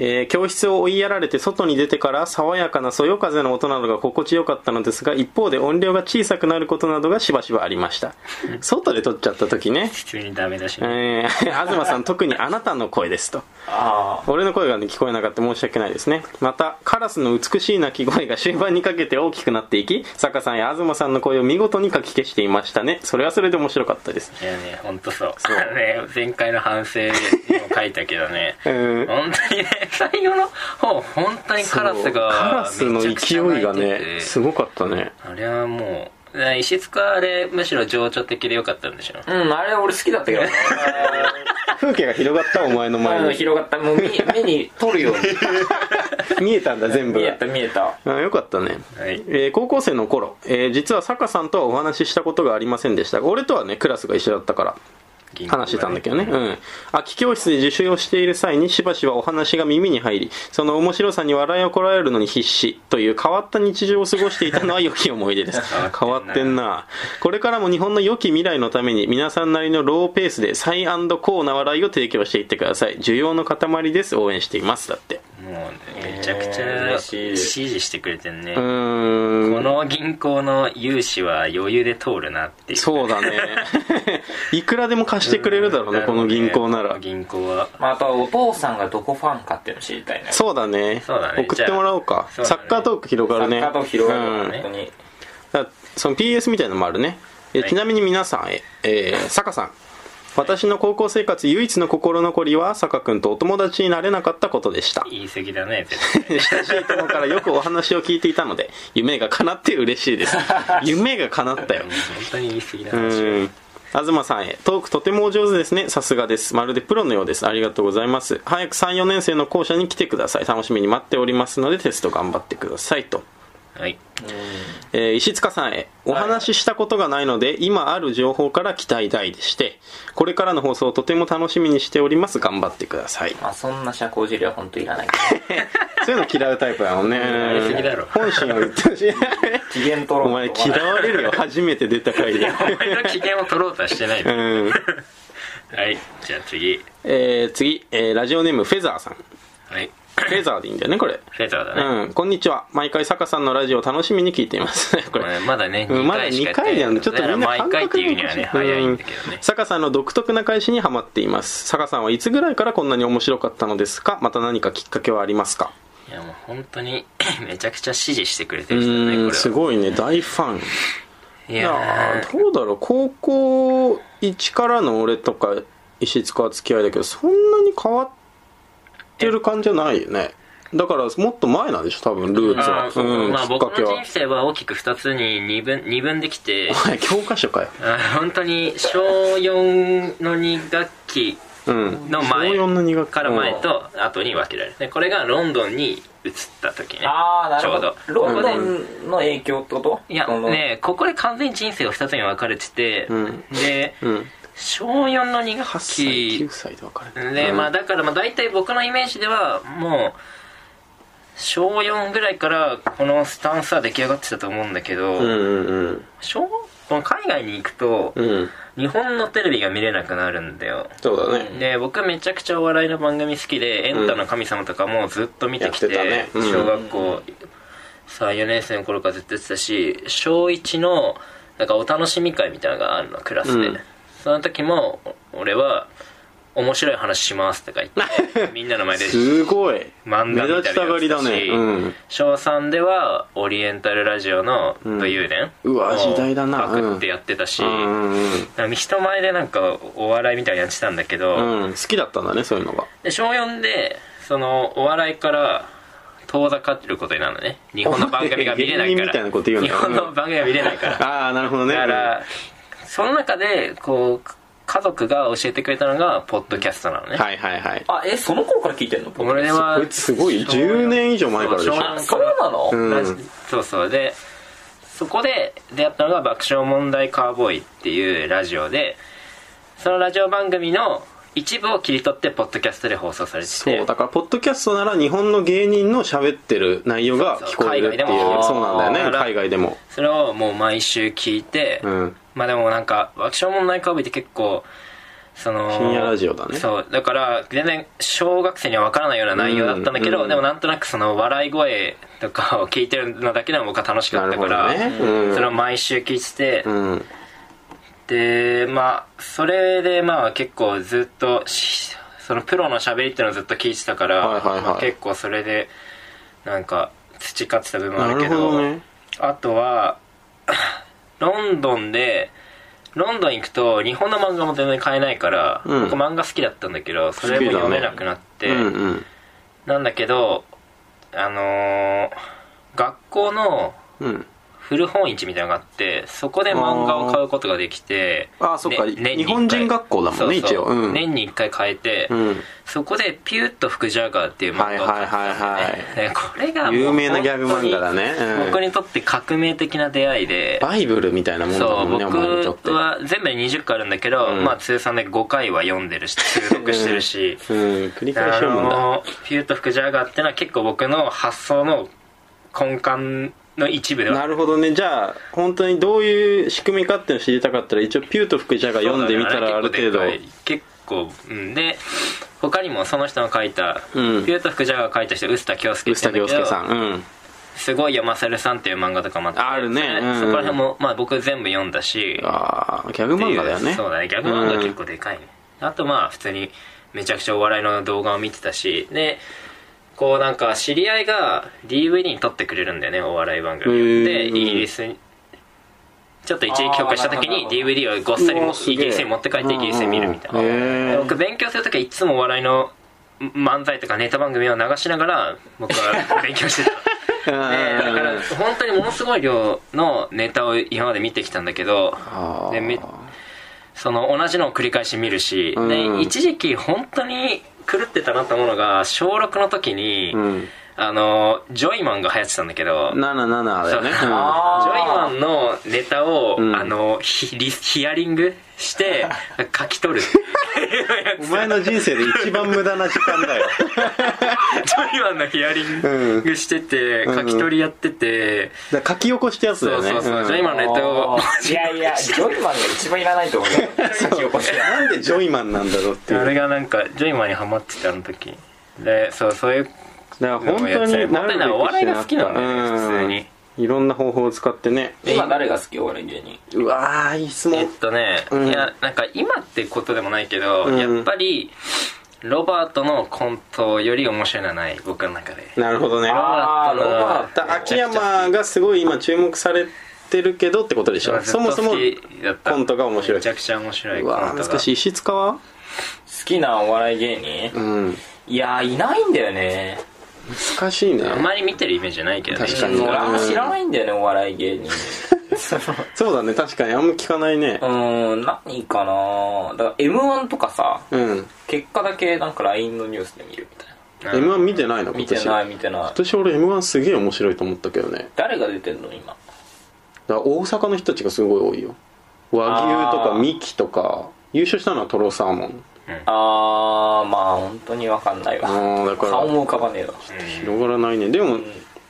S2: えー教室を追いやられて外に出てから爽やかなそよ風の音などが心地よかったのですが一方で音量が小さくなることなどがしばしばありました外で撮っちゃった時ね、
S3: 普通にダメだし、ね
S2: えー 東さん特にあなたの声ですと
S1: あ
S2: 俺の声が、ね、聞こえなかった申し訳ないですねまたカラスの美しい鳴き声が終盤にかけて大きくなっていき坂さんや東さんの声を見事にかき消していましたねそれはそれで面白かったです
S3: いやね本当そう
S2: そう
S3: ね前回の反省にも書いたけどね
S2: うん
S3: 本当にね最後の方本当にカラスが
S2: カラスの
S3: めちゃくちゃ
S2: 勢いが
S3: 鳴いて
S2: ね
S3: て
S2: すごかったね
S3: あれはもうね石塚あれむしろ情緒的でよかったんでしょ
S1: あうんあれ俺好きだったけどね
S2: 風景が広がったお前の前
S1: 前
S2: に
S1: に広がったもう見目に取るように
S2: 見えたんだ全部
S1: 見え
S2: が
S1: た見えた
S2: あよかったね、
S3: はい
S2: えー高校生の頃、えー実は坂さんとはお話ししたことがありませんでしたが俺とはねクラスが一緒だったから
S3: 銀
S2: 話してたんだけどね、うん、空き教室で自習をしている際にしばしばお話が耳に入りその面白さに笑いをこらえるのに必死という変わった日常を過ごしていたのは良き思い出です 変わってんなこれからも日本の良き未来のために皆さんなりのローペースで再高な笑いを提供していってください需要の塊です応援していますだって
S3: もうめちゃくち
S1: えー
S3: ゃ
S1: 嬉しい
S3: 支持してくれてんね、
S2: うーん
S3: この銀行の融資は余裕で通るなっていう
S2: そう だねいくらでも貸してくれるだろうねこの銀行な
S3: こ
S2: ら
S3: の銀行は
S1: まあ、やっぱお父さんがどこファンかっていうの知りたいね
S2: そうだね
S3: そうだね
S2: 送ってもらおうか
S3: じゃあ
S2: サッカートーク広がるね
S1: 作家と広がる
S2: うん
S1: の本当に、
S2: だからその PS みたいなのもあるね、え
S3: はい
S2: ちなみに皆さんええー坂さん私の高校生活唯一の心残りは坂君とお友達になれなかったことでした
S3: 言い過ぎだね絶対
S2: 親しい友からよくお話を聞いていたので夢が叶って嬉しいです夢が叶ったよ
S3: 本当に言い過ぎだ
S2: う
S3: な
S2: ーん東さんへトークとてもお上手ですねさすがですまるでプロのようですありがとうございます早く34年生の校舎に来てください楽しみに待っておりますのでテスト頑張ってくださいと
S3: はい
S2: えー石塚さんへお話ししたことがないので、今ある情報から期待大でしてこれからの放送をとても楽しみにしております頑張ってください
S1: まあ、そんな社交辞令は本当いらない
S2: そういうの嫌うタイプだもんね
S3: りすぎだろ
S2: 本心を言ってほ しい
S1: 機嫌取ろう
S2: お前嫌われるよ初めて出た回 で
S3: お前の機嫌を取ろうとはしてないの
S2: うん、
S3: はいじゃあ次
S2: えー次、えーラジオネームフェザーさん
S3: はい
S2: フェザーでいいんだよねこれ
S3: フェザーだね、
S2: うん、こんにちは毎回坂さんのラジオ楽しみに聞いています これ
S3: まあまだね
S2: うん
S3: 2
S2: まだ
S3: 回しか
S2: 2
S3: や
S2: 回なん
S3: ってない
S2: でちょっとみんな感
S3: だから毎回っ
S2: 覚
S3: て
S2: が
S3: いう
S2: お
S3: に
S2: か
S3: は
S2: し
S3: ね早いんだけど
S2: う
S3: ね
S2: ん坂さんの独特な返しにはまっています坂さんはいつぐらいからこんなに面白かったのですかまた何かきっかけはありますか
S3: いやもう本当に めちゃくちゃ支持してくれて
S2: う
S3: る人だねこれ
S2: ー
S3: は
S2: んすごいね大ファン
S3: い
S2: い
S3: や
S2: やーどうだろう高校1からの俺とか石塚は付き合いだけどそんなに変わってる感じじゃないよねだからもっと前なんでしょ多分ルーツは
S3: あー
S2: うん
S3: まあ
S2: きっか
S3: 僕の
S2: け
S3: 人
S2: は
S3: 生は大きく2つに二分二分できて
S2: お前教科書かよ
S3: あー本当に小4の2学期
S2: うん
S3: の前
S2: 小四の二学期
S3: から前と後に分けられるでこれがロンドンに移った時ね
S1: ああなるほど
S3: ちょうど
S1: ロン
S3: こ
S1: ド
S3: こで
S1: ンの影響ってこと
S3: いや
S1: その
S3: ねここで完全に人生が2つに分かれてて、
S2: ん
S3: で、
S2: うん
S3: 小4の
S2: 8
S3: 2学
S2: 歳
S3: 期
S2: 9歳で別れた
S3: で、まあだからまあ大体僕のイメージではもう小4ぐらいからこのスタンスは出来上がってたと思うんだけど、
S2: うんうんうん
S3: 小この海外に行くと
S2: うん
S3: 日本のテレビが見れなくなるんだよ
S2: そうだね
S3: で僕めちゃくちゃお笑いの番組好きで「エンタの神様」とかもずっと見てきて,、
S2: やってたねうん
S3: 小学校34年生の頃からずっとやってたし小1のなんかお楽しみ会みたいなのがあるのクラスで、
S2: うん
S3: その時もお俺は「面白い話します」とか言ってみんな の前です
S2: ごい
S3: 漫
S2: 目
S3: 画み
S2: 立
S3: たい
S2: ちた
S3: な
S2: がりだねうん
S3: 小3ではオリエンタルラジオの「武勇伝」
S2: うんうわ
S3: を
S2: 時代だな
S3: パクってやってたし、
S2: うん
S3: なんか人前でなんかお笑いみたいにやってたんだけど、
S2: うんうん好きだったんだねそういうのが
S3: で小4でそのお笑いから遠ざかってることになるのね日本の番組が見れないか
S2: お前芸人
S3: ら
S2: みたいなこと言うな
S3: 日本の番組が見れないからだか
S2: ああ なるほどね
S3: らその中でこう家族が教えてくれたのがポッドキャストなのね、
S2: はいはいはい
S1: あえその頃から聞いてんの
S3: 俺は
S2: こいつすごい10年以上前からでしょ
S3: そう小
S1: あ
S3: 四
S1: そうなの、
S2: うん
S3: ラジそうそうでそこで出会ったのが「爆笑問題カーボーイ」っていうラジオでそのラジオ番組の一部を切り取ってポッドキャストで放送されてて
S2: そうだからポッドキャストなら日本の芸人の喋ってる内容が聞こえるってい
S3: そうそう海外で
S2: う
S3: も
S2: そうなんだよ
S3: あ
S2: ね
S3: ー
S2: 海外でも
S3: それをもう毎週聞いて、
S2: うん
S3: まあでもなんか爆笑問題カーボーイって結構その
S2: 深夜ラジオだね
S3: そうだから全然小学生には分からないような内容だったんだけど、
S2: うん
S3: でもなんとなくその笑い声とかを聞いてるのだけでも僕は楽しかったから、
S2: なるほどねうん
S3: それを毎週聞いてて、
S2: うん
S3: でまあそれでまあ結構ずっとしそのプロの喋りっていうのをずっと聞いてたから、
S2: はいはいはい
S3: まあ結構それでなんか培ってた部分はあ
S2: な
S3: るけ
S2: るほ
S3: ど
S2: どね
S3: あとはロンドンでロンドン行くと日本の漫画も全然買えないから、
S2: うん
S3: 僕漫画好きだったんだけどそれ
S2: 好き
S3: も
S2: だね
S3: 読めなくなって、
S2: うんうん
S3: なんだけどあのー学校の
S2: うん
S3: 古本市みたいなのがあってそこで漫画を買うことができて
S2: あーあーそっか
S3: ね年に
S2: 日
S3: 一回
S2: 本人学校だもんね
S3: そうそう
S2: 一応うん
S3: 年に1回買えて、
S2: うん
S3: そこで「ピューッと福ジャガー」っていう漫画を買ってたんだよね
S2: はいはいはい
S3: でこれがもう
S2: 有名なギャグ漫画だね、
S3: 本当に
S2: うん
S3: 僕にとって革命的な出会いで
S2: バイブルみたいなもんだ
S3: そ
S2: も
S3: うん
S2: ねお前にとっ
S3: 僕
S2: て
S3: は全部で20回あるんだけど、
S2: うん
S3: まあ通算で5回は読んでるし 通読してるし、
S2: うん繰り返し
S3: あ
S2: 読むんだ
S3: のピューと福ジャガーってのは結構僕の発想の根幹の一部では
S2: なるほどねじゃあ本当にどういう仕組みかっていうのを知りたかったら一応ピューと福ジャガ読んでみたらある程度
S3: そうだね結構でかい結構うんで他にもその人の書いた、
S2: うん
S3: ピューと福ジャガーが書いた人臼田恭介
S2: 臼
S3: って
S2: 田
S3: 言う
S2: 恭
S3: んだけ
S2: 介
S3: ど
S2: さんうん
S3: すごい山猿さんっていう漫画とかもあって
S2: あるねうんうん
S3: そこら辺も、まあ、僕全部読んだし
S2: ああギャグ漫画だよね
S3: そうだねギャグ漫画結
S2: うん
S3: 構でかいね、あとまあ普通にめちゃくちゃお笑いの動画を見てたしでこうなんか知り合いが DVD に撮ってくれるんだよねお笑い番
S2: へ
S3: 組
S2: ー
S3: でイギリスにちょっと一時許可した時に
S1: あーなる
S3: DVD をごっそり
S2: う
S3: も
S2: わすげえ
S3: イギリスに持って帰ってイギリスで見るみたいな、
S2: うんうんうんへー
S3: 僕勉強する時はいつもお笑いの漫才とかネタ番組を流しながら僕は勉強して た
S2: うん
S3: ねだから本当にものすごい量のネタを今まで見てきたんだけど
S2: あー
S3: でめその同じのを繰り返し見るし、
S2: うん
S3: で一時期本当に狂ってたなと思うのが小6の時に、
S2: うん
S3: あのジョイマンが流行ってたんだけど
S2: 77だよね
S3: そう
S2: うん
S1: あー
S3: ジョイマンのネタを、
S2: うん
S3: あのヒリヒアリングして 書き取る
S2: お前の人生で一番無駄な時間だよ
S3: ジョイマンのヒアリングしてて、
S2: うん
S3: 書き取りやってて、
S2: だから書き起こしたやつだよ
S3: そう
S2: ね
S3: そうそう、
S2: ん
S3: ジョイマンのネタを
S1: いやいやジョイマンが一番いらないと思うよ
S2: なんでジョイマンなんだろうっていう
S3: あ
S2: だ
S3: れがなんかジョイマンにハマってたあの時でそうそういう
S2: から本当になるべく
S3: 本当になお笑いが好きなんだよね
S2: う
S3: 普通に
S2: いろんな方法を使ってね
S1: 今誰が好きお笑い芸人
S2: うわーいい質
S3: え
S2: 問
S3: っとね、
S2: うん
S3: いやなんか今ってことでもないけど、
S2: うん
S3: やっぱりロバートのコントより面白いのはない僕の中で
S2: なるほどね
S1: あーロバー
S2: だ秋山がすごい今注目されてるけどってことでしょそもそもコントが面白い
S3: めちゃくちゃ面白いうコン
S2: わ
S3: ト
S2: ー
S3: が
S2: 難しい石塚は
S1: 好きなお笑い芸人
S2: うん
S1: いやいないんだよね
S2: 難しいね
S3: あんまり見てるイメージじゃないけどね
S2: 確か
S1: 俺
S2: に
S1: あんま知らないんだよねお笑い芸人
S2: そうだね確かにあんま聞かないね
S1: うーん何かなだから m 1とかさ
S2: うん
S1: 結果だけなんか LINE のニュースで見るみたいな
S2: m 1見てないの今
S1: 見
S2: 年
S1: てない見てない
S2: 今年俺 m 1すげえ面白いと思ったけどね
S1: 誰が出てんの今
S2: だから大阪の人たちがすごい多いよ和牛と
S1: あ
S2: か
S1: ー
S2: ミキとか優勝したのはトロサーモン
S1: あーまあ本当にわかんないわ
S2: ああだから
S1: 顔も浮かばねえわ
S2: 広がらないねでも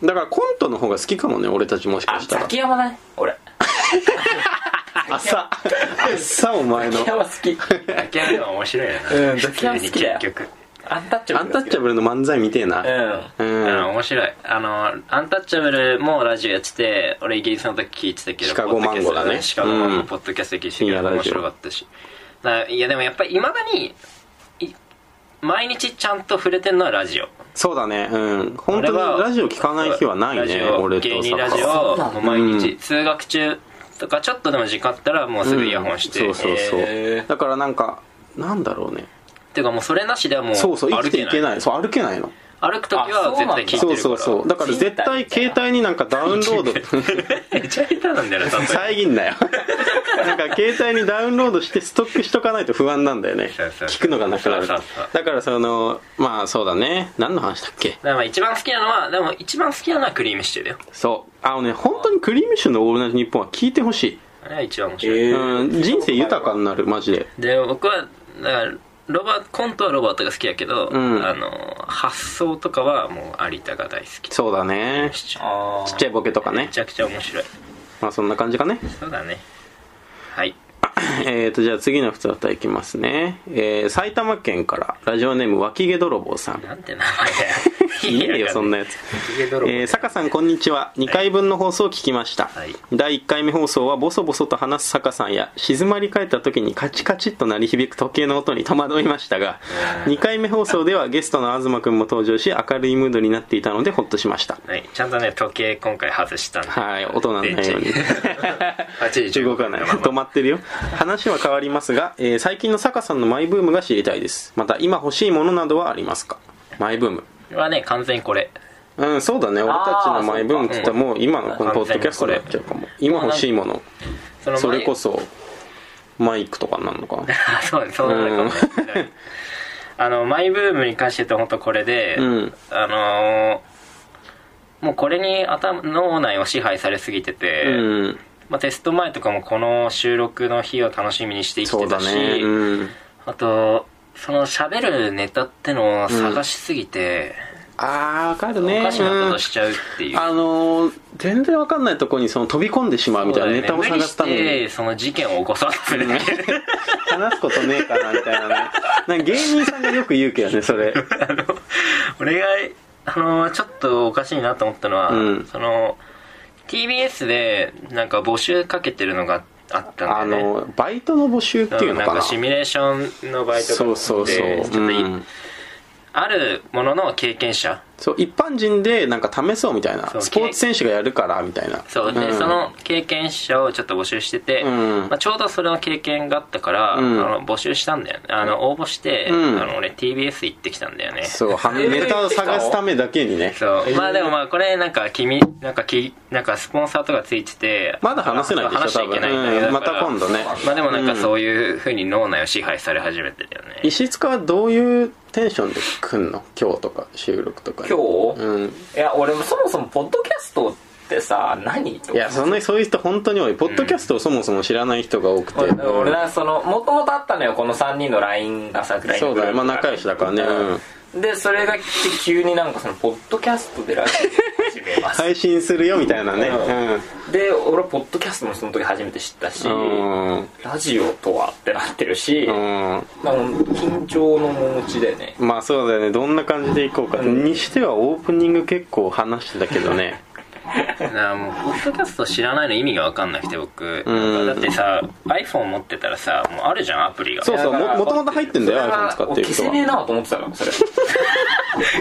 S2: だからコントの方が好きかもね俺たちもしか
S1: あ
S2: したら
S1: ザキヤマだね俺
S2: 朝朝お前の
S1: ザキヤ マ好き
S3: 野球は面白いよ
S1: う
S3: な、
S1: んザキヤマ好きだよ
S3: 結局
S1: アンタッチャ
S2: ア
S1: ブ
S2: ン
S1: ル
S2: タ
S1: が好
S2: ッ
S1: き
S2: チャブルの漫才見てえな
S1: うん
S2: うん
S3: あの面白いあのアンタッチャブルもラジオやってて俺イギリスの時聞いてたけど
S2: シカゴマンゴだね
S3: ポッドキャストシカゴマンゴ
S2: うん
S3: ポッドキャストで聞いてたけ
S2: 深
S3: ど
S2: 夜ラ
S3: 面
S2: ジオ
S3: 白かったしだからいやでもやっぱりいまだにい毎日ちゃんと触れてんのはラジオ
S2: そうだねうん本当にラジオ聞かない日はない
S3: ラジ
S2: ね
S3: オ
S2: 俺と
S3: 芸
S2: さ
S3: 人ラジオをもう毎日、通学中とかちょっとでも時間あったらもうすぐイヤホンして、
S2: うんそうそうそう、
S1: へー
S2: だからなんかなんだろうね
S3: ていうかもうそれなしではもう
S2: そうそう生
S3: 歩
S2: きてい
S3: けない
S2: けないそう歩けないの
S3: 歩く時は絶対聞いてるか
S2: そ
S3: ら
S2: うそうそうだから絶対携帯になんかダウンロード
S3: めっちゃ下手なんだよな多分
S2: 遮んな よなんか携帯にダウンロードしてストックしとかないと不安なんだよね
S3: そうそう
S2: 聞くのがなくなる
S3: そ
S2: だ
S3: うそうそう
S2: からそのまあそうだね何の話だっけ
S3: だからまあ一番好きなのはでも一番好きなのはクリームシチューだよ
S2: そうあのね本当にクリームシチューの「オールナイトニッポン」は聞いてほし
S3: あれは一番面
S1: え
S3: 白い、
S2: い、
S1: ー
S2: うん人生豊かになるマジで
S3: で僕はだからロバコントはロバートが好きやけど、
S2: うん
S3: あの発想とかはもう有田が大好き
S2: そうだねち
S1: あ
S2: っ
S1: ー
S2: ちゃいボケとかね
S3: めちゃくちゃ面白い
S2: まあそんな感じかね
S3: そうだねはい
S2: えーとじゃあ次の普通歌いきますね、えー埼玉県からラジオネーム脇毛泥棒さん
S3: なんて名前だよ
S2: い ねえよそん
S3: な
S2: なやつ
S3: ヒゲ泥棒
S2: えー、坂さんこんにちは2回分の放送を聞きました、
S3: はい
S2: 第1回目放送はボソボソと話す坂さんや静まり返った時にカチカチっと鳴り響く時計の音に戸惑いましたが2回目放送ではゲストの東くんも登場し明るいムードになっていたのでホッとしました
S3: はい、ちゃんとね時計今回外したん で
S2: はい大人にならないように
S3: 電8時
S2: 中
S3: 15
S2: 国は
S3: 分
S2: ない止まってるよ話は変わりますが、えー最近の坂さんのマイブームが知りたいですまた今欲しいものなどはありますかマイブーム
S3: はね完全にこれ
S2: うんそうだね俺たちのマイブームって言ったらもう今のこのポッドキャストになっちゃうかも今欲しいもの
S3: その
S2: それこ
S3: そ
S2: そマイクとかになるのかな
S3: そうねそうなるかもしれないあのマイブームに関して言うと本当これで、
S2: うん
S3: あのーもうこれに頭脳内を支配されすぎてて、
S2: うん
S3: まあ、テスト前とかもこの収録の日を楽しみにして生き
S2: そ
S3: て
S2: う
S3: た
S2: だ
S3: し、
S2: ねうん
S3: あとその喋るネタってのを探しすぎて、
S2: あーわかる
S3: お
S2: ね
S3: かしなこと
S2: うん
S3: しちゃうっていう、
S2: あのー全然わかんないとこにその飛び込んでしまうみたいなネタを探すため
S3: 無理し
S2: に
S3: てその事件を起こそうとするだけで
S2: 話すことねえかなみたいなねなんか芸人さんがよく言うけどねそれ
S3: あの俺があのちょっとおかしいなと思ったのは、
S2: うん
S3: その TBS でなんか募集かけてるのがあったんだ
S2: あ
S3: よね
S2: のバイトの募集っていうの
S3: なん
S2: か
S3: か
S2: な
S3: シミュレーションのバイトがあって
S2: そうそうそう、
S3: ちょっとい
S2: うん
S3: あるものの経験者
S2: そう一般人でなんか試そうみたいな
S3: そう
S2: スポーツ選手がやるからみたいな
S3: そうで、
S2: ん
S3: その経験者をちょっと募集してて、
S2: うん
S3: まあ、ちょうどそれの経験があったから、
S2: うん
S3: あの募集したんだよねあの応募して、
S2: うん
S3: あの俺 TBS 行ってきたんだよね
S2: そうはネタを探すためだけにね
S3: そうまあでもまあこれなんか君なんかきなんかスポンサーとかついてて
S2: まだ話せないでしょ
S3: 話しちゃ
S2: 多
S3: いけ
S2: 分
S3: ないんだけど
S2: うんま
S3: だか
S2: た
S3: ら
S2: 今度ね
S3: まあでもなんかそういうふうに脳内を支配され始めてるよね
S2: 石塚はどういうテンションで来んの今日とか収録とかに
S1: 今日、
S2: うん
S1: いや俺もそもそもポッドキャストってさ何と
S2: いやそんなそういう人本当に多いポッドキャストをそもそも知らない人が多くて、
S1: 俺俺なそのもともとあったのよこの3人の LINE がさ LINE
S2: そうだねまあ仲良しだからね、うん、
S1: でそれが来て急になんかそのポッドキャストでラジオ始め ます
S2: 配信するよみたいなね
S1: で俺ポッドキャストもその時初めて知ったし、
S2: うんうん
S1: ラジオとはってなってるし、
S2: うん
S1: まあ、緊張の面持ちだよね
S2: まあそうだよねどんな感じでいこうか、にしてはオープニング結構話してたけどね
S3: だからもうポッドキャスト知らないの意味が分かんなくて僕、
S2: うん
S3: だってさ iPhone 持ってたらさもうあるじゃんアプリが
S2: そうそう
S1: だから
S2: ももともと入ってんだよ
S1: それ
S2: iPhone
S1: は
S2: 使ってる
S1: 消
S2: 人
S1: せねえ
S2: は
S1: なと思ってたからそれ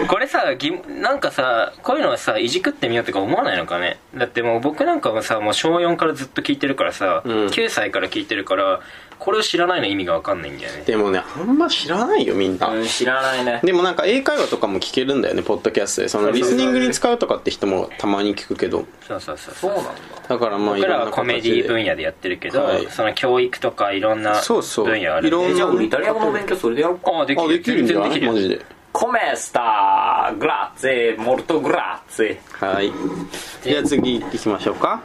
S3: これさ疑問なんかさこういうのはさいじくってみようとか思わないのかねだってもう僕なんかもさもう小4からずっと聞いてるからさ、
S2: ん
S3: 9歳から聞いてるからこれを知らないの意味が分かんないんだよね
S2: でもねあんま知らないよみんな、
S1: うん知らないね
S2: でもなんか英会話とかも聞けるんだよねポッドキャストでそのリスニングに使うとかって人もたまに聞くけど
S3: そうそうそう
S1: そうなんだ
S2: だからまあい
S3: 僕
S2: ろ
S3: ら
S2: ん
S3: は
S2: な
S3: コメデ
S2: 形で
S3: ィ分野でやってるけど、
S2: はい
S3: その教育とかいろんな
S2: そうそう
S3: 分野ある
S2: いろん
S1: え
S2: な
S1: じゃあ俺イタリア語の勉強それでやろうか
S3: あでき
S2: あ
S3: る
S2: できるんじゃない
S3: 全然できる
S2: マ
S3: よ
S2: ジで
S1: コメスタグラッツェモルトグラッツェ
S2: はいじゃあ次行きましょうか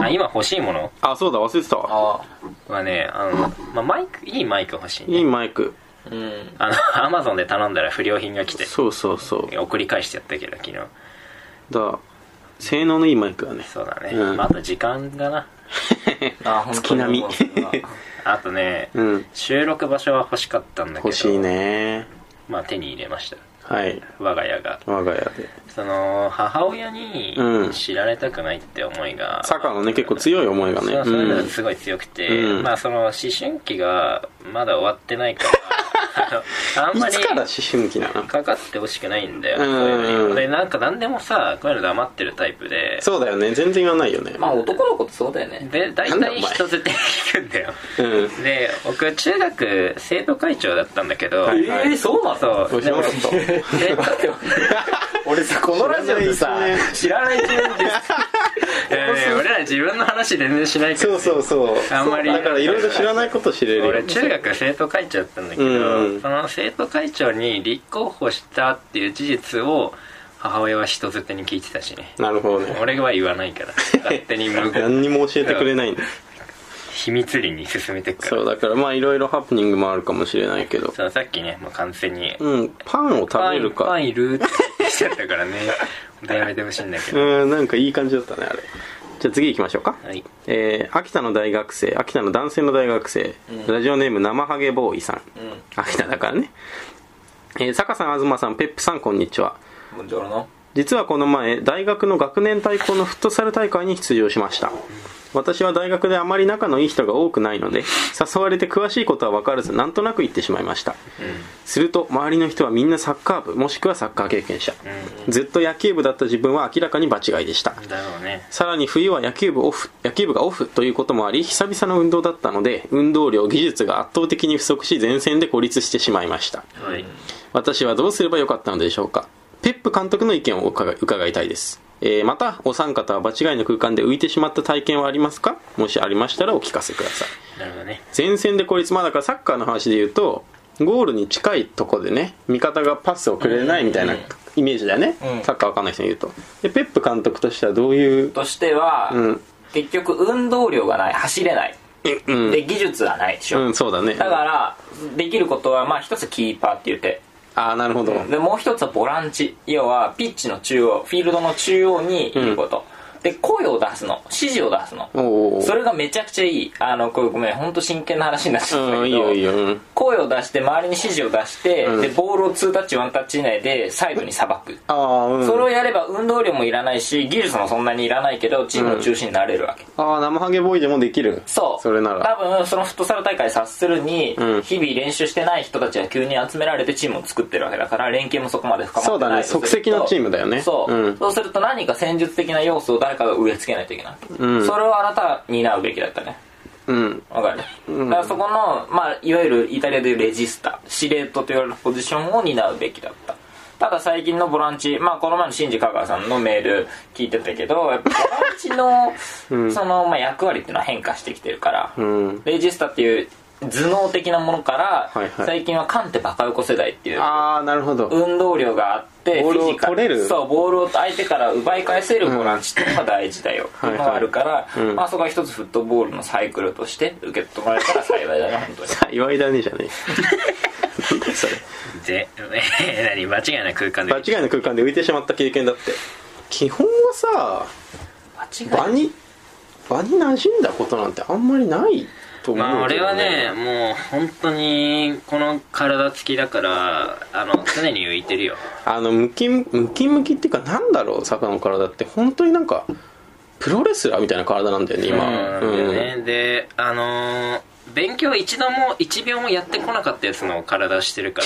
S3: あ今欲しいもの
S2: あそうだ忘れてたわ
S1: あ
S3: はねあの、まあ、マイクいいマイク欲しいね
S2: いいマイク
S1: うん
S3: あのア マゾンで頼んだら不良品が来て
S2: そうそうそう
S3: 送り返してやったけど昨日
S2: だ性能のいいマイク だね
S3: そうだね、
S2: うん
S3: まあ、あと時間だな
S1: あ本
S2: 月並み
S3: あとね、
S2: うん
S3: 収録場所は欲しかったんだけど
S2: 欲しいね
S3: まあ手に入れました
S2: はい
S3: 我が家が
S2: 我が家で
S3: その母親に
S2: うん
S3: 知られたくないって思いが、
S2: サッカーのね結構強い思いがね
S3: そうそういうの
S2: う
S3: が
S2: ん
S3: すごい強くて、
S2: うん
S3: まあその思春期がまだ終わってないから あのあんま
S2: い
S3: り
S2: つから思春期なの
S3: かかってほしくないんだよ、
S2: うん
S3: そういうの
S2: うん
S3: にでなんか何でもさこういうの黙ってるタイプで
S2: そうだよね全然言わないよね
S1: まあ男の子ってそうだよ ね
S3: で大
S2: なんだお
S3: 体
S2: 前
S3: 人づてに聞くんだよ
S2: うん
S3: で僕中学生徒会長だったんだけど、
S2: はいはい
S1: えー、そうなの
S3: そう
S2: 吉
S3: でも
S2: 本と
S3: え
S1: 俺さこのラジオでさ知らない一面で
S3: いやね俺ら自分の話全然しないけ
S2: そ
S3: ど
S2: うそうそう
S3: あんまり
S2: だからいろいろ知らないこと知れるよ
S3: 俺中学生徒会長だったんだけど、
S2: うん
S3: その生徒会長に立候補したっていう事実を母親は人づてに聞いてたしね
S2: なるほどね
S3: 俺は言わない から勝手に無
S2: 何にも教えてくれないんだ
S3: 秘密裏に進めてくか
S2: そ
S3: ら
S2: うだからまあいろいろハプニングもあるかもしれないけど
S3: そうさっきねもう完全に
S2: うんパンを食べる
S3: パンパ
S2: か
S3: ンいるって言ってきちゃったからね本当やめてほしいんだけど、
S2: うんなんかいい感じだったねあれじゃあ次行きましょうか
S3: はい
S2: えー秋田の大学生秋田の男性の大学生、ラジオネーム生ハゲボーイさん、秋田だからね、えー坂さん東さんペップさんこんにちは
S1: もうじゃあ俺の
S2: 実はこの前大学の学年対抗のフットサル大会に出場しました私は大学であまり仲のいい人が多くないので誘われて詳しいことは分からずなんとなく行ってしまいました、すると周りの人はみんなサッカー部もしくはサッカー経験者、ずっと野球部だった自分は明らかに場違いでした
S3: だろうね
S2: さらに冬は野球部オフ野球部がオフということもあり久々の運動だったので運動量技術が圧倒的に不足し前線で孤立してしまいました
S3: はい
S2: 私はどうすればよかったのでしょうかペップ監督の意見を伺い伺いたいです、えーまたお三方は場違いの空間で浮いてしまった体験はありますかもしありましたらお聞かせください
S3: なるほどね
S2: 前線で孤立まあだからサッカーの話で言うとゴールに近いとこでね味方がパスをくれないみたいなイメージだよね、
S1: うん
S2: サッカーわかんない人に言うとでペップ監督としてはどういう
S1: としては、
S2: うん
S1: 結局運動量がない走れない、
S2: うん
S1: で技術はないでしょ、
S2: うんそうだね
S1: だからできることはまあ一つキーパーって言って
S2: ああなるほど、
S1: でもう一つはボランチ要はピッチの中央フィールドの中央にいること、で声を出すの指示を出すの
S2: おお
S1: それがめちゃくちゃいいあのこれごめん本当真剣な話になっちゃったけど、
S2: うんいいよいいよ、うん、
S1: 声を出して周りに指示を出して、
S2: うん
S1: でボールを2タッチ1タッチ以内でサイドにさばく、
S2: ああうん
S1: それをやれば運動量もいらないし技術もそんなにいらないけどチームの中心になれるわけ、
S2: ああ生ハゲボーイでもできる
S1: そう
S2: それなら
S1: 多分そのフットサル大会察するに、
S2: うん
S1: 日々練習してない人たちが急に集められてチームを作ってるわけだから連携もそこまで深まってない
S2: そうだね即席のチームだよね
S1: そう、
S2: うん
S1: そうすると何か戦術的な要素を誰かが植え付けないといけない、
S2: うん
S1: それをあなたは担うべきだったね
S2: うん
S1: わかる、だからそこの、まあ、いわゆるイタリアでいうレジスタ司令塔と言われるポジションを担うべきだったただ最近のボランチ、まあ、この前の新次香川さんのメール聞いてたけどやっぱボランチのその、まあ、役割っていうのは変化してきてるから、
S2: うん
S1: レジスタっていう頭脳的なものから、
S2: はいはい
S1: 最近はカンテバカ横世代っていう
S2: ああなるほ ど、
S1: 運動量があって
S2: ボールを
S1: フィジカル
S2: 取れる
S1: そうボールを相手から奪い返せるボランチっていうのが大事だよ、
S2: はいはい
S1: 今あるから、
S2: うん
S1: まあ、そこは一つフットボールのサイクルとして受け止まれたら幸いだね本当に
S2: 祝いだねじゃ ねえなんだよそれ
S3: で 何間違いない空間で
S2: 場違いの空間で浮いてしまった経験だって基本はさ
S1: 間
S2: 場に場に馴染んだことなんてあんまりないと思うけど、
S3: まあ俺はねもう本当にこの体つきだからあの常に浮いてるよ
S2: あのムキムムキムキっていうかなんだろう坂の体って本当になんかプロレスラーみたいな体なんだよね
S3: そう
S2: 今
S3: なんだよね、であのー勉強一度も一秒もやってこなかったやつの体してるか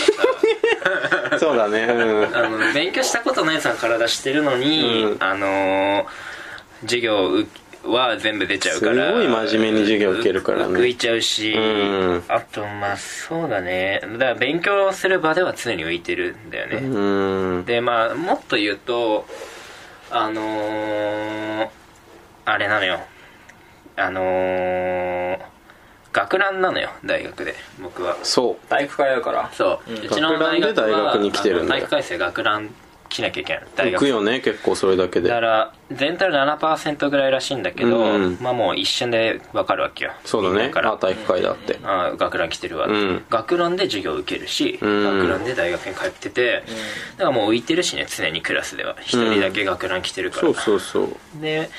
S3: ら
S2: うんそうだねうん
S3: さあの勉強したことないやつの体してるのに、
S2: うん
S3: あのー授業うは全部出ちゃうから
S2: すごい真面目に授業受けるからね
S3: う浮いちゃうし、
S2: うん
S3: あとまあそうだねだから勉強する場では常に浮いてるんだよね、
S2: うん
S3: でまあもっと言うとあのー、あれなのよあのー、学ランなのよ大学で僕は
S2: そ
S1: 体育会だから
S3: そう、うちの
S2: 学ラン
S3: 大
S2: で
S3: 学は
S2: 大学に来てるんだ
S3: あの体育会生学ラン着なきゃいけないう大
S2: 浮
S3: 学
S2: くよね結構それだけで
S3: だから全体の7%ぐらいらしいんだけど、
S2: うん
S3: まあもう一瞬で分かるわけよ
S2: そう
S3: み
S2: だ
S3: ん
S2: ね
S3: なから
S2: あ体育会だって
S3: ああ学ラン来てるわ、
S2: うん
S3: 学ランで授業受けるし、
S2: うん
S3: 学ランで大学に通ってて、だからもう浮いてるしね常にクラスでは一人だけ学ラン来てるから、
S2: そうそうそう
S3: で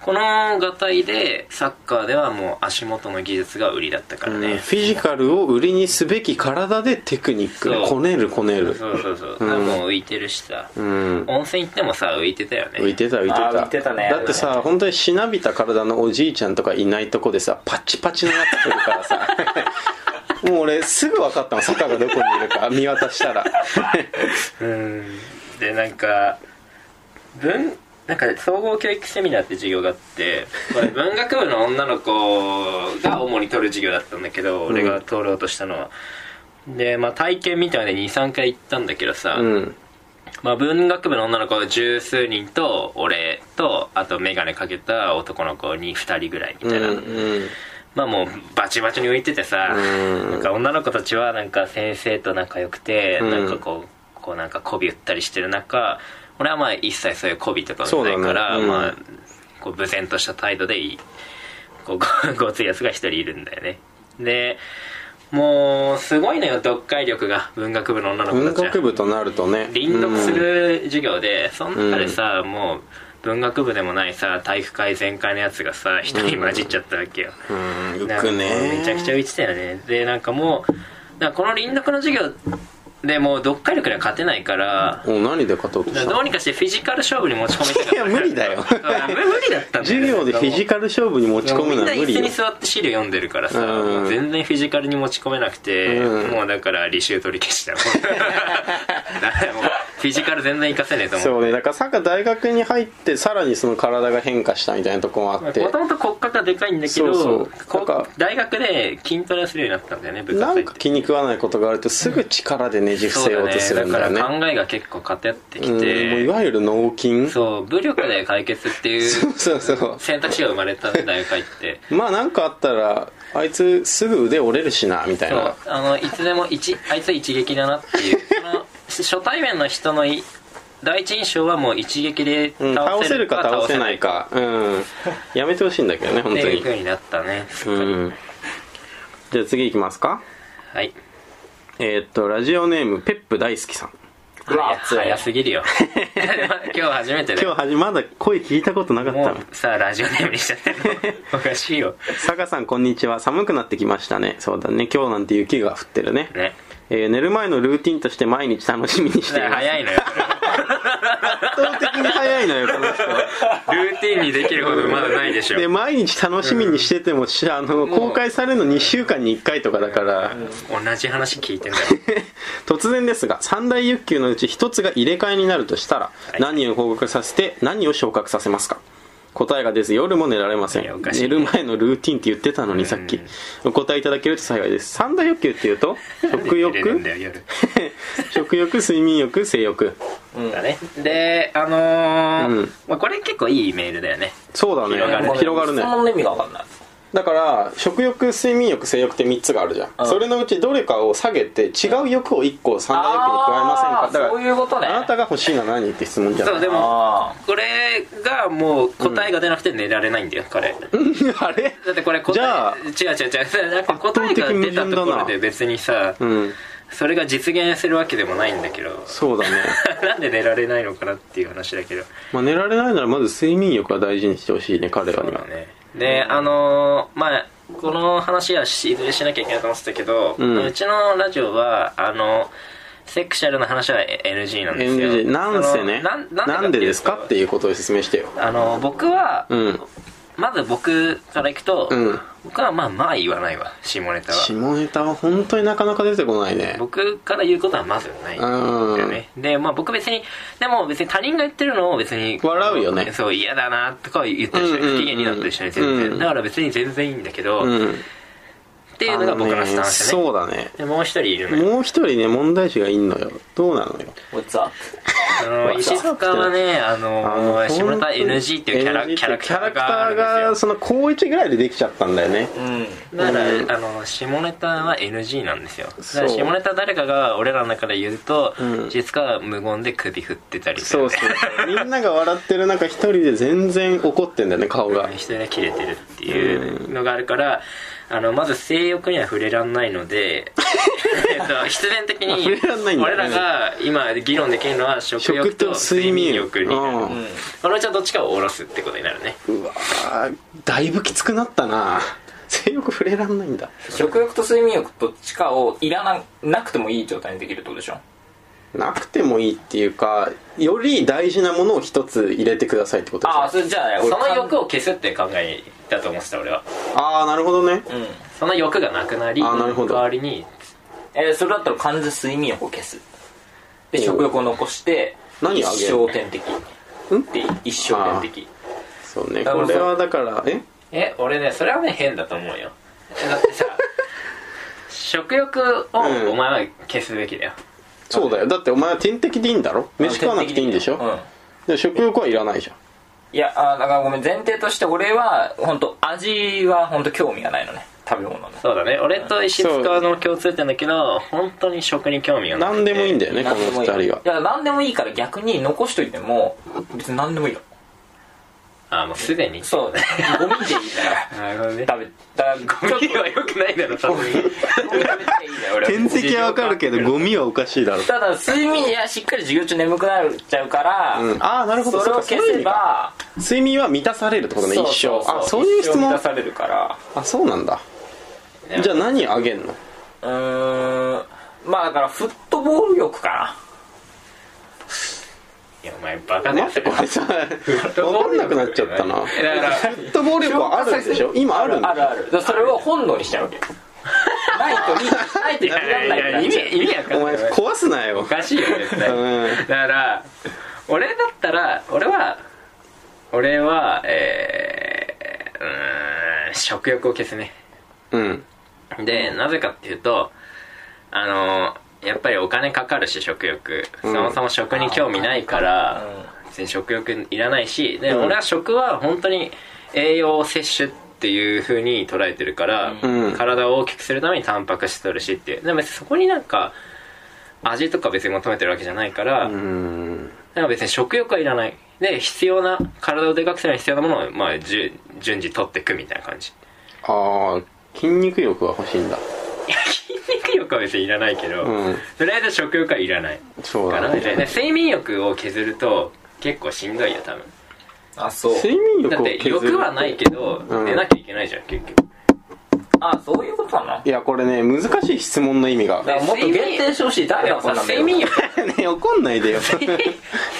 S3: このがたいでサッカーではもう足元の技術が売りだったから
S2: うん
S3: ね、
S2: フィジカルを売りにすべき体でテクニック
S3: そう
S2: こねるこねる
S3: そうそうそう、
S2: うん
S3: もう浮いてるしさ、
S2: うん
S3: 温泉行ってもさ浮いてたよね
S2: 浮いてた浮いて
S1: あ
S2: た
S1: ー浮いてたね
S2: だってさ本当にしなびた体のおじいちゃんとかいないとこでさパチパチのやつ来るから さもう俺すぐ分かったの坂がどこにいるか見渡したら
S3: うんでなんか文なんか総合教育セミナーって授業があって これ文学部の女の子が主に取る授業だったんだけど俺が取ろうとしたのは、でまあ体験みたいで23回行ったんだけどさ、
S2: うん
S3: まあ、文学部の女の子十数人と俺とあと眼鏡かけた男の子に2人ぐらいみ
S2: う
S3: たい
S2: ん
S3: な、
S2: うん
S3: まあもうバチバチに浮いててさ、
S2: うん
S3: なんか女の子たちはなんか先生と仲良くて、
S2: うん
S3: なんかこうこうなんか媚び売ったりしてる中俺はまあ一切そういう媚びとかはないから、
S2: そうだねうん
S3: まあこう無然とした態度でいいこうごごついやつが一人いるんだよねでもうすごいのよ読解力が文学部の女の子
S2: 文
S3: たちは
S2: 学部となるとね
S3: 林読する授業で、その中でさ、もう文学部でもないさ体育会全開のやつがさ一人混じっちゃったわけよ、
S2: うんうん浮
S3: なんか
S2: く
S3: もう
S2: ね
S3: めちゃくちゃ浮いてたよねでなんかもうなんかこの輪読の授業でもう読解力には勝てないから,、
S2: お何で勝とうと
S3: だ
S2: し
S3: からど
S2: た
S3: うにかしてフィジカル勝負に持ち込みたかっ た
S2: いや無理だよ
S3: そうだ無無理だったんだよ
S2: 授
S3: ね
S2: 業でフィジカル勝負に持ち込む
S3: みん
S2: の
S3: な
S2: は無
S3: 椅
S2: 理
S3: 子
S2: よ
S3: に座って資料読んでるからさ、
S2: うん
S3: もう全然フィジカルに持ち込めなくて、
S2: うん
S3: もうだから履修取り消したもん だからもうフィジカル全然活かせねえと思う
S2: そうねだからさっき大学に入ってさらにその体が変化したみたいなとこもあ
S3: も
S2: って
S3: ともと骨格がでかいんだけ
S2: そ
S3: ど
S2: うそう
S3: こう
S2: なんか
S3: 大学で筋トレをするようになったんだよね部活
S2: な
S3: 入
S2: ん
S3: っ
S2: か
S3: て
S2: 気に食わないことがあるとすぐ力でねじ伏
S3: そ
S2: せ
S3: う
S2: よう
S3: だ
S2: と
S3: ね
S2: する
S3: だ
S2: んだ
S3: か
S2: よね
S3: ら考えが結構偏って
S2: うん
S3: き
S2: もうい
S3: て
S2: わゆる脳筋
S3: そう武力で解決ってい
S2: そううそうそう
S3: 選択肢が生まれたんだよ書い て
S2: まあなんかあったらあいつすぐ腕折れるしなみたい
S3: そ
S2: な
S3: うあのいつでも一あいつ一撃だなっていうその初対面の人のい第一印象はもう一撃で
S2: うん、倒
S3: 倒
S2: せ
S3: せ
S2: る
S3: る
S2: か
S3: か
S2: 倒
S3: 倒
S2: せ
S3: せ
S2: な
S3: ないい
S2: かうんやめてほしいんだけどね
S3: っ
S2: 本
S3: て
S2: 当
S3: いう
S2: に
S3: ふうになったね
S2: うんじゃあ次いきますか
S3: はい
S2: えーっとラジオネームペップ大好きさん
S1: うわ
S3: いや早すぎる よ今日初めてだ
S2: 今
S3: よ
S2: 日はじまだ声聞いたことなかっ
S3: も
S2: たの
S3: うさラジオネームにしちゃってるのおかしいよ
S2: サガさんこんにちは寒くなってきましたねそうだね今日なんて雪が降ってるね
S3: ね
S2: えー寝る前のルーティンとして毎日楽 しみにしています
S3: 早い のよ
S2: 圧倒的に早い のよこの人
S3: それルーティンにできるほどまだないでしょ
S2: で毎日楽しみにしてても、しあの
S3: もう
S2: 公開されるの2週間に1回とかだから、
S3: 同じ話聞いてんだよ
S2: 突然ですが三大欲求のうち一つが入れ替えになるとしたら、
S3: い
S2: 何を合格させて何を昇格させますか答えがです夜も寝られませ
S3: いやお
S2: ん
S3: かしい
S2: 寝る前のルーティンって言ってたのにさっきお答えいただけると幸いです三大欲求っていうと食
S3: 寝れる
S2: 欲
S3: ん だよ夜
S2: 食欲睡眠欲性欲
S3: だねであのー
S2: うん
S3: まあ、これ結構いいメールだよね
S2: そうだね
S3: 広がるね
S2: 広がるね
S1: 質問の意味が分かんない
S2: だから食欲睡眠欲性欲って3つがあるじゃん、それのうちどれかを下げて違う欲を1個三大欲に加えませんか
S1: あー
S2: だから
S1: そういうことね
S2: あなたが欲しいのは何って質問じゃん
S3: そうでも
S1: あ
S3: これがもう答えが出なくて寝られないんだよ、彼だ
S2: あれ
S3: ってこれ
S2: じゃあ
S3: 答え違う違う違うそれなんか答えが出たところで別にさ、
S2: うん
S3: それが実現するわけでもないんだけど
S2: そうだね、
S3: なんで寝られないのかなっていう話だけど
S2: まあ、寝られないならまず睡眠欲は大事にしてほしいね彼ら
S3: そう
S2: には
S3: だねであのーまあこの話はしいずれしなきゃいけないと思ってたけど、
S2: う
S3: うんちのラジオはあのセクシャルな話は NG なんですよ
S2: NG なんせね
S3: あのな
S2: な
S3: んなんん
S2: で
S3: で
S2: ですかって
S3: いう
S2: いうことを説明してよ
S3: とあの僕は、
S2: うん
S3: まず僕からいくと、
S2: うん
S3: 僕はまあまあ言わないわ下ネタは
S2: 下ネタは本当になかなか出てこないね
S3: 僕から言うことはまずないんだよねでまあ僕別にでも別に他人が言ってるのを別に
S2: 笑うよね
S3: そう嫌だなとか言ってる人
S2: うんうんうん
S3: 不機嫌になってる人に全然、
S2: うん
S3: だから別に全然いいんだけど、
S2: う
S3: っ
S2: んって
S3: いうのが僕のスタンスね
S2: そうだね
S3: でもう一人いるのよ
S2: もう一人ね問題児がいんのよどうなのよ
S1: あ What's up?
S3: あの石塚はねあの下ネタ NG っていうキャラキャラクターがあ
S2: キャラ
S3: るん
S2: クター
S3: で
S2: が
S3: すよ
S2: その高一ぐらいでできちゃったんだよね
S1: うん
S3: だから、
S2: うん
S3: あの下ネタは NG なんですよだから
S2: そう
S3: 下ネタ誰かが俺らの中で言うと、
S2: うん
S3: 実は無言で首振ってたりす
S2: そ
S3: る
S2: うそうみんなが笑ってる中一人で全然怒ってんだよね顔が
S3: 人が切れてるっていうのがあるから、あのまず性欲には触れらんない のでえっと必然的
S2: あ
S3: に
S2: 触れらんないんだ
S3: 俺らが今議論できるのは食
S2: 食
S3: 欲
S2: と
S3: と
S2: 睡
S3: 睡
S2: 眠
S3: 眠
S2: 欲
S3: 欲になる
S2: うん
S3: このうちはどっちかを下ろすってことになるね
S2: うわーだいぶきつくなったな性欲触れらんないんだ
S1: 食欲と睡眠欲どっちかをいらななくてもいい状態にできるってことでしょ
S2: なくてもいいっていうかより大事なものを一つ入れてくださいってことでしょ
S1: ああそれじゃあね
S3: その
S1: 欲
S3: 欲を消すって考えだと思ってた俺は
S2: ああなるほどね
S1: うん
S3: その欲がなくなり
S2: あなるほど
S3: 代わりに
S1: えーそれだったら完全睡眠欲を消すで
S2: おう
S1: 食欲を残して
S2: 何
S1: 一
S2: あげる
S1: 生点滴
S2: うん
S1: で一生点滴
S2: そうね
S1: だか
S2: こ
S1: ら
S2: れはだからえ
S3: え俺ねそれはね変だと思うよだってさ食欲をお前は消すべきだよ、
S2: そうだよだってお前は点滴でいいんだろ飯食わなくていいんでしょ、
S1: うん
S2: で食欲はいらないじゃん
S1: いやあーだからごめん前提として俺は本当味は本当興味がないのね食べ物の
S3: そうだね俺と石塚の共通点だけど本当に食に興味がなくて
S2: 何でもいいんだよねこの
S1: 何でも
S2: 二
S1: いい
S2: 人はい
S1: や何でもいいから逆に残しといても別に何でもいいよ
S3: あもうすでに
S1: そうね ゴミでいいか
S3: なるほどね
S1: ら食べだ
S3: ゴミは良くないだろ多分
S1: ゴミ食べていいんだよ俺は
S2: 点滴はわかるけどゴミはおかしいだろ
S1: ただ睡眠いやしっかり授業中眠くなっちゃうから、
S2: うんああなるほど
S1: それを
S2: っか
S1: 消
S2: ういう意
S1: せ
S2: 味か
S1: ば
S2: 睡眠は満たされるってことね一生
S1: そうそうそう
S2: あそういう質
S1: 一生満
S2: 問
S1: たされるから
S2: あそうなんだじゃあ何あげんの
S1: うーんまあだからフットボール欲か
S3: いやお前 バカだよ
S2: 待ってこれさ分かんなくなっちゃったなフ
S3: だから
S2: ットボール力はあるんでしょ今あ
S1: な
S2: るんでし
S1: あるあるそれを本能にしちゃうわけよないとリードしあえて
S3: い
S1: 考え
S3: やい
S1: ない
S3: や意味意味わか
S2: お
S3: んな
S2: 前
S3: い
S2: 壊すなよ
S3: おかしいよね絶対
S2: うん
S3: だから俺だったら俺は俺はえー、うーん食欲を消すね
S2: うん
S3: でなぜかっていうとあのやっぱりお金かかるし食欲、
S2: うん
S3: そもそも食に興味ないから、別に食欲いらないしで、
S2: うん
S3: 俺は食は本当に栄養摂取っていう風に捉えてるから、
S2: うん
S3: 体を大きくするためにタンパク質取るしっていうでも別にそこになんか味とか別に求めてるわけじゃないから、
S2: うん
S3: なんか別に食欲はいらないで必要な体をでかくするのに必要なものを、まあ、順順次取っていくみたいな感じ
S2: ああ筋肉欲は欲しいんだ
S3: 筋肉欲は別にいらないけど、
S2: うん
S3: とりあえず食欲はいらない
S2: そう
S3: か
S2: だ
S3: な
S2: ね
S3: で睡眠欲を削ると結構しんどいよ多分
S1: あそう
S2: 睡眠欲
S3: だ
S2: を
S3: って
S2: 削る
S3: 欲はないけど、
S2: うん
S3: 寝なきゃいけないじゃん結局
S1: あそういうことなの
S2: いやこれね難しい質問の意味が
S1: だからもっと限定してほしい誰
S3: で
S1: が
S3: も
S1: こん
S3: さ
S1: な
S3: 睡眠欲
S2: ね怒んないで よ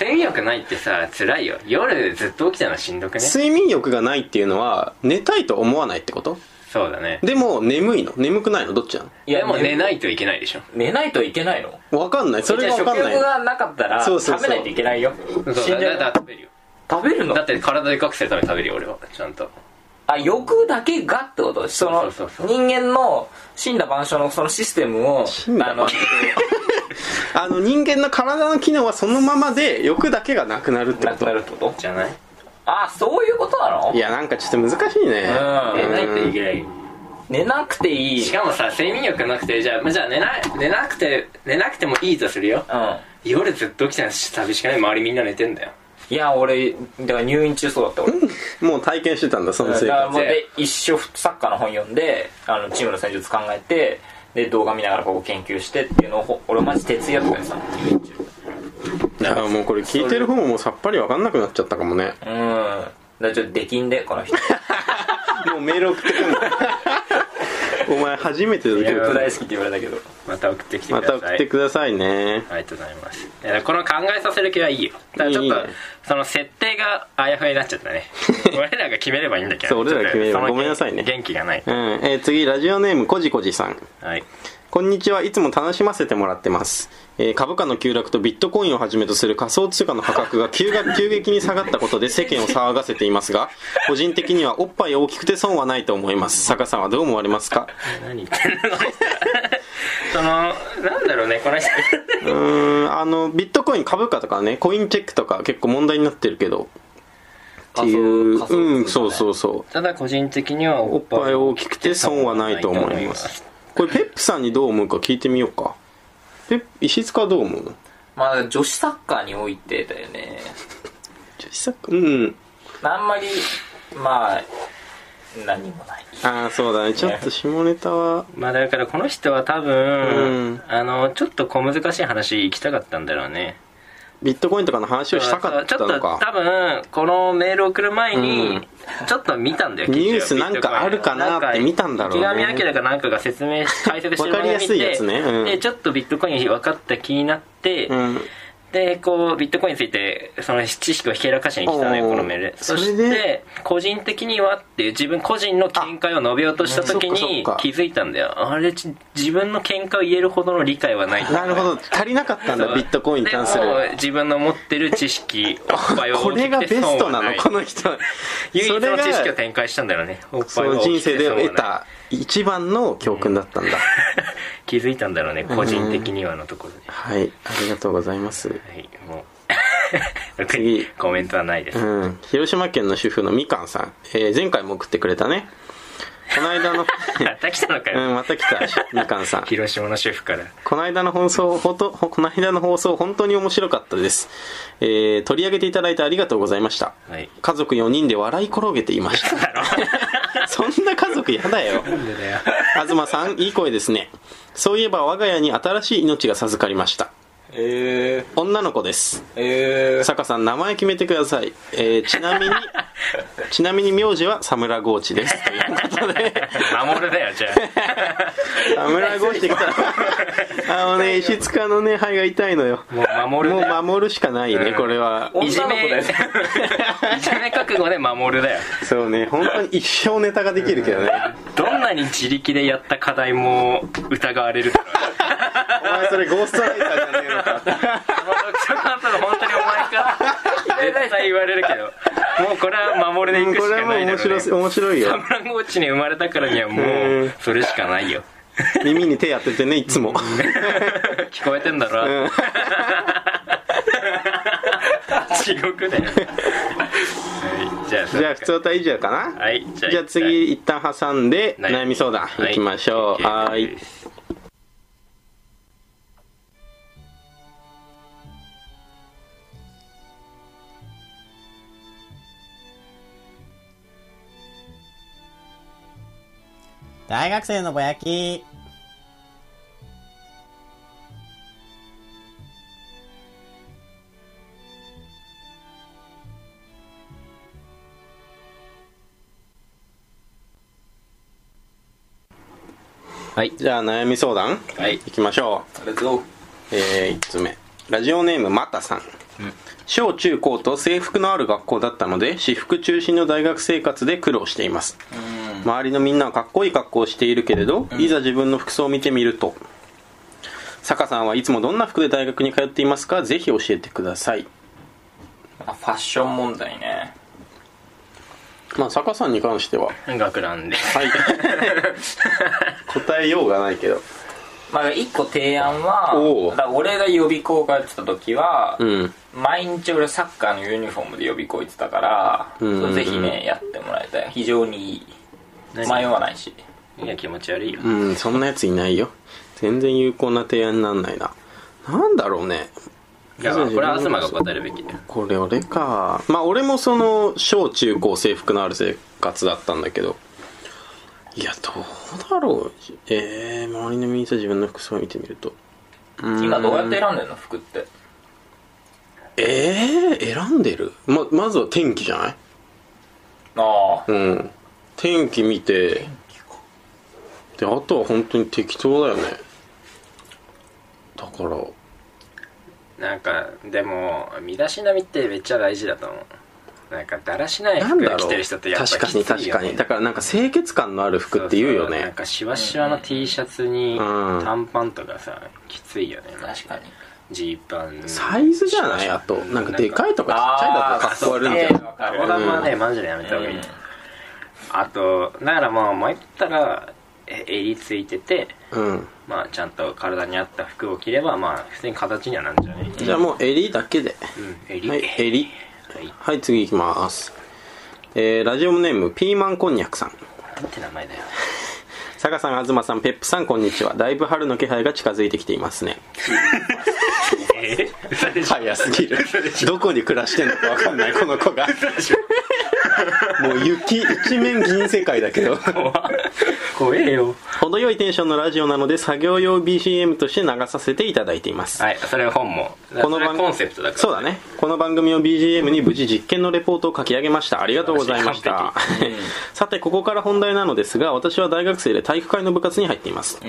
S3: 睡眠欲ないってさ辛いよ夜ずっと起きてるのしんどくね
S2: 睡眠欲がないっていうのは寝たいと思わないってこと
S3: そうだね
S2: でも眠いの眠くないのどっちな
S1: 目を
S3: でも寝
S1: いや
S3: ないといけないでしょ
S1: 寝ないといけないの
S2: のわかんないそれがわかん
S1: じゃあ
S2: な
S1: 食
S2: い
S1: 欲がなかったら
S2: そうそうそう
S1: 食べないといけないよ
S3: そう
S1: 死んじ
S3: だ
S1: ゃ
S3: だ
S1: う
S3: 食べるよ
S1: 食べるの
S3: だって体でかくするために食べるよ俺はちゃんと
S1: あ欲だけがってことその
S3: そうそうそう
S1: 人間の死んだ万象のそのシステムを
S2: 羅
S1: あの
S2: 万あの人間の体の機能はそのままで欲だけがなくなるって
S1: な
S2: こ
S1: く
S2: と
S1: なるってこと
S3: じゃない
S1: あそういうことなの
S2: いやなんかちょっと難しいね
S1: うん
S3: 寝ないといけない
S1: 寝なくていい
S3: しかもさ睡眠欲なくてじゃあまあじゃあ寝ない寝なくて寝なくてもいいとするよ
S1: うん
S3: 夜ずっと起きてるの寂しくない周りみんな寝てんだよ
S1: いや俺だから入院中そうだった俺
S2: もう体験してたんだその
S1: だか
S2: 生
S1: らも
S2: 活
S1: うで一生サッカーの本読んであのチームの戦術考えてで動画見ながらここ研究してっていうのをほ俺マジ徹夜とかにさ入院中
S2: いやもうこれ聞いてる方ももうさっぱりわかんなくなっちゃったかもね
S1: うんだからちょっとできんでこの人
S2: もうメール送ってくんのお前初めてだけ
S3: いや
S2: ど
S1: 大好きって言われたけど
S3: また送ってきて
S2: ま
S3: くださ
S2: た
S3: い
S2: 送ってくださいね
S3: ありがとうございますいやこの考えさせる気はいいよただちょっと
S2: いいね
S3: その設定があやふやになっちゃっ たね俺らが決めればいいんだけど
S2: そう俺らが決めれば
S3: ちょっとその
S2: ごめんなさいね
S3: 元気がない
S2: うん、えー次ラジオネームこじこじさん
S3: はい
S2: こんにちはいつも楽しませてもらってます、えー株価の急落とビットコインをはじめとする仮想通貨の価格が急が急激に下がったことで世間を騒がせています が個人的にはおっぱい大きくて損はないと思います坂さんはどう思われますか
S3: 何言ってんのそのなんだろう ねこの人
S2: うーんあのビットコイン株価とかねコインチェックとか結構問題になってるけどっていう、
S1: 仮想仮想通貨ね
S2: うんそうそうそう
S3: ただ個人的には
S2: おっぱい大きくて損はないと思いますこれペップさんにどう思うか聞いてみようかペップ石塚はどう思うの
S1: まあ女子サッカーにおいてだよね
S2: 石塚うん
S1: あんまりまあ何もない
S2: ああそうだねちょっと下ネタは
S3: まあだからこの人は多分、
S2: うん
S3: あのちょっと小難しい話行きたかったんだろうね
S2: ビットコインとかの話をしたかった
S3: ちょ
S2: の
S3: っと
S2: か
S3: 多分このメール送る前
S2: う
S3: に、
S2: ん
S3: ちょっと見たんだよ
S2: ニュースなんかあるかなって見たんだろうね
S3: 池上彰かなんかが説明し解説してるの
S2: わか
S3: を見て
S2: りやすいやつねうん
S3: でちょっとビットコイン分かった気になって、
S2: うん
S3: でこうビットコインについてその知識をひけらかしに来た
S2: お
S3: の
S2: うお
S3: よ
S2: う
S3: このメールで
S2: そ
S3: そ
S2: れで
S3: して個人的にはっていう自分個人の見解を述べようとした時
S2: あそっかそっ
S3: に
S2: か
S3: 気づいたんだよあれち自分の見解を言えるほどの理解はない
S2: なるほど足りなかったんだビットコインに関する
S3: でも自分の持ってる知識おっぱいを
S2: こ
S3: 大
S2: れ
S3: き
S2: が
S3: く
S2: ベ
S3: て
S2: ス
S3: 損
S2: ト
S3: は
S2: なの
S3: い
S2: この人
S3: 唯一
S2: それ
S3: の
S2: が
S3: 知識を展開したんだよねおっぱ
S2: そ
S3: いを
S2: の
S3: 大き
S2: 人
S3: く
S2: 生で
S3: て損はない
S2: 得た一番の教訓だったんだ、
S3: 気づいたんだろうね個人的にはのところで、
S2: はいありがとうございます
S3: はいもう
S2: 次
S3: コメントはないです、
S2: うん、広島県の主婦のみかんさん、えー前回も送ってくれたねこの 間の、
S3: また来たのかよ、
S2: うん、また来たみかんさん
S3: 広島の主婦から
S2: この間の放送ほとほこの間の放送本当に面白かったです、えー取り上げていただいてありがとうございました、
S3: はい
S2: 家族4人で笑い転げていました そんな家族やだよ東さんいい声ですねそういえば我が家に新しい命が授かりました
S1: え
S2: 女の子です
S1: ええ
S2: 坂さん名前決めてください、えーちなみにちなみに名字はサムラゴーチですということで
S3: 守るだよじゃ
S2: サムラゴーチって言った らあのね石塚のね肺が痛いのよ
S3: あもう守る
S2: も
S3: だよ
S2: う守るしかないね、
S3: うん
S2: これはい
S3: いじめ
S1: 女の
S3: い
S1: 子だ
S3: じめ覚悟で守るだよ
S2: そうね本当に一生ネタができるけどね
S3: どんなに自力でやった課題も疑われるから
S2: お前それゴーストライターじゃねえのか
S3: この読書感想の本当にお前から絶対言われるけどもうこれは守るでいく
S2: こ
S3: し
S2: れ
S3: か
S2: はもう
S3: ないだろ
S2: 面白
S3: う、ね、
S2: い面白い
S3: サ
S2: よ
S3: ムランゴーチに生まれたからにはも
S2: うん
S3: うそれしかないよ
S2: 耳に手当ててねいつも
S3: 聞こえてんだろ、
S2: うん
S3: 地獄だよ、はい、じゃあ
S2: じゃあ普通歌以上かな
S3: はいじゃあ
S2: じゃあ次一旦挟んで
S3: はい
S2: 悩み相談
S3: はい
S2: いきましょうはーい
S5: 大学生のぼやき。
S2: じゃあ悩み相談
S3: はい
S2: いきましょ
S1: レッツゴー
S2: うえ1つ目ラジオネームマタさん小中高と制服のある学校だったので私服中心の大学生活で苦労しています周りのみんなはかっこいい格好をしているけれど、いざ自分の服装を見てみると坂さんはいつもどんな服で大学に通っていますかぜひ教えてください
S1: あファッション問題ね
S2: まあ坂さんに関しては
S3: 学ラン で
S2: はい答えようがないけど
S1: まあ一個提案は
S2: おう
S1: だから俺が予備校通ってた時は、
S2: うん
S1: 毎日俺サッカーのユニフォームで予備校行ってたから、
S2: うんうんうん
S1: ぜひねやってもらいたい非常にいい
S3: 何
S1: 迷わないし
S3: いや気持ち悪いよ
S2: うんそんなやついないよ全然有効な提案になんないななんだろうね
S3: いやこれは東が答えるべきだよ
S2: これ俺かまあ俺もその小中高制服のある生活だったんだけどいやどうだろうえー、周りのみんな自分の服装を見てみると
S1: 今どうやって選んでんの服って
S2: えー、選んでるままずは天気じゃない
S1: ああ
S2: うん天気見てであとは本当に適当だよねだから
S3: なんかでも身だしなみってめっちゃ大事だと思うなんかだらしない
S2: なん
S3: 服
S2: だ
S3: 着
S2: ろ
S3: てる人っ
S2: う
S3: てやっぱ
S2: 確かに
S3: きつ
S2: 確
S3: いよ
S2: か
S3: ね
S2: にだからなんか清潔感のある服って言うよ
S3: そそなん
S2: ね
S3: かしわしわの T シャツに
S2: うん
S3: 短パンとかさきついよね
S1: 確かに
S3: ジーパン
S2: サイズじゃないあとなんかでかいとかちっちゃいだとかっこ悪いんじゃない
S1: あー
S3: あオダはねマジでやめた方がいい、
S1: うん
S3: あとだからまあ前言ったらえ襟ついてて
S2: うん
S3: まあちゃんと体に合った服を着ればまあ普通に形にはなんじゃない
S2: じゃあもう襟だけで
S3: うん襟、
S2: はい襟
S3: はい
S2: はい次いきますえー、ラジオネームピーマンこんにゃくさん
S3: なんて名前だよ
S2: 坂さん東さんペップさんこんにちはだいぶ春の気配が近づいてきていますね
S3: え嘘でしょ
S2: 早すぎる どこに暮らしてんのか分かんないこの子がもう雪一面銀世界だけど
S3: 怖えよ
S2: 程よいテンションのラジオなので作業用 BGM として流させていただいています、
S3: はいそれは本もこ
S2: こ
S3: の
S2: の番
S3: コンセプトだから
S2: そうだねこの番組を BGM に無事実験のレポートを書き上げましたありがとうございました
S3: 完
S2: さてここから本題なのですが私は大学生で体育会の部活に入っています、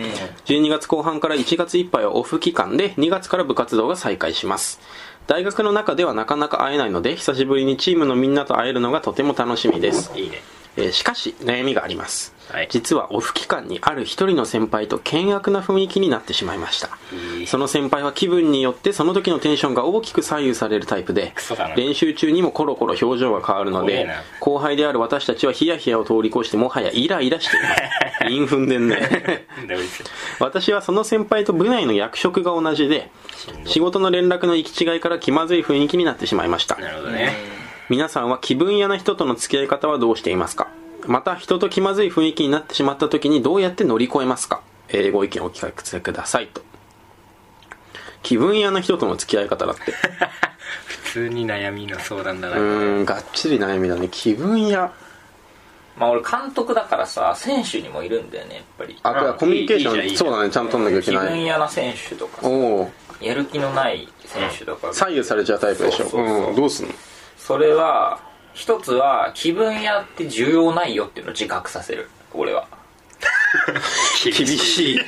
S2: 12月後半から1月いっぱいはオフ期間で2月から部活動が再開します大学の中ではなかなか会えないので久しぶりにチームのみんなと会えるのがとても楽しみです
S3: いいね
S2: えーしかし悩みがあります、
S3: はい
S2: 実はオフ期間にある一人の先輩と険悪な雰囲気になってしまいました
S3: いい
S2: その先輩は気分によってその時のテンションが大きく左右されるタイプで
S3: クソだな
S2: 練習中にもコロコロ表情が変わるの
S3: 怖え
S2: で
S3: な
S2: 後輩である私たちはヒヤヒヤを通り越してもはやイライラしています 陰踏んでんね
S3: なんだよこいつ
S2: 私はその先輩と部内の役職が同じで仕事の連絡の行き違いから気まずい雰囲気になってしまいました
S3: なるほどね
S2: 皆さんは気分屋な人との付き合い方はどうしていますかまた人と気まずい雰囲気になってしまった時にどうやって乗り越えますか、えーご意見をお聞かせくださいと気分屋な人との付き合い方だって
S3: 普通に悩みの相談だ
S2: う
S3: な
S2: ーんがっちり悩みだね気分屋
S1: まあ俺監督だからさ選手にもいるんだよねやっぱり
S2: あこれはコミュニケーション
S3: いいいいじゃん
S2: そうだねちゃんと取んなきゃいけ
S1: 気
S2: な
S1: 分
S2: い
S1: 屋な選手とかさ
S2: おお
S1: やる気のない選手とかが
S2: 左右されちゃうタイプでしょ
S1: そうそうそう
S2: うんどうすんの
S1: それは一一つは気分屋って重要ないよっていうのを自覚させる俺は
S3: 厳
S2: 厳
S3: い
S2: しい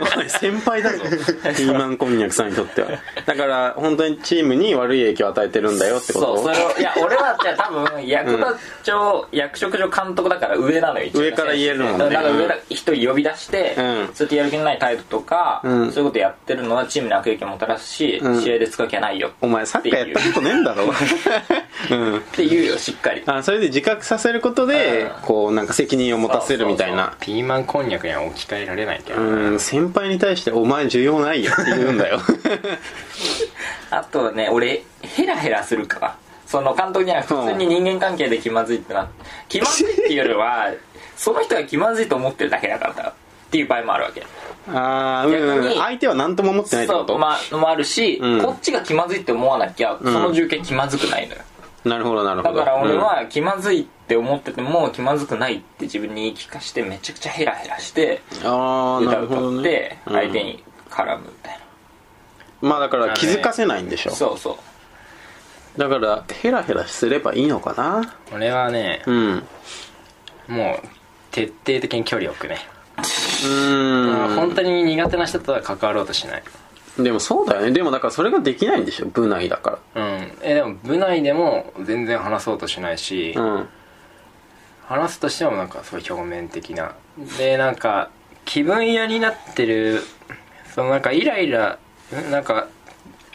S2: お前先輩 だぞピーマンこんにゃくさんにとってはだから本当にチームに悪い影響を与えてるんだよってこ
S1: そうそ
S2: と
S1: れをいや俺はじゃあ多 分役場長、役職上監督だから上なのよ一応
S2: 上から言えるもんね
S1: だから上だ一人呼び出して、
S2: うん
S1: ずっとやる気のない態度とか、
S2: うん
S1: そういうことやってるのはチームに悪影響もたらすし、
S2: うん
S1: 試合で使う気はないよ
S2: お前サッカーやったことねえんだろうん
S1: って言うよしっかり
S2: あそれで自覚させることで
S1: うん
S2: こうなんか責任を持たせるみたいな
S3: ピーマンこんにゃくには置き換えられないけど、
S2: うん先輩に対して「お前重要ないよ」って言うんだ よ
S1: あとはね俺ヘラヘラするからその監督には普通に人間関係で気まずいってな気まずいっていうより はその人が気まずいと思ってるだけだからっていう場合もあるわけ
S2: ああうん
S1: 逆
S2: うん
S1: に
S2: 相手は何とも思ってないってこ
S1: そう
S2: と
S1: まあのもあるし、
S2: うん
S1: こっちが気まずいって思わなきゃその重慶気まずくないのよ、
S2: なるほどなるほ
S1: だ
S2: ど
S1: から俺は気まずいって思ってても気まずくないって自分に言い聞かしてめちゃくちゃヘラヘラして
S2: うんああな
S1: 歌
S2: る
S1: を
S2: ほど
S1: 歌って
S2: ねうん
S1: 相手に絡むみたいな、
S2: まあだから気づかせないんでしょ
S1: そうそう
S2: だからヘラヘラすればいいのかな
S3: 俺はね
S2: うんう
S3: もう徹底的に距離を置くね、
S2: ー
S3: 本当に苦手な人とは関わろうとしない
S2: んでもそうだよねでもだからそれができないんでしょ部内だか
S3: うんえでも部内でも全然話そうとしないし、
S2: らうん
S3: 話すとしてもなんかすごい表面的なでなんか気分屋になってるそのなんかイライラんなんか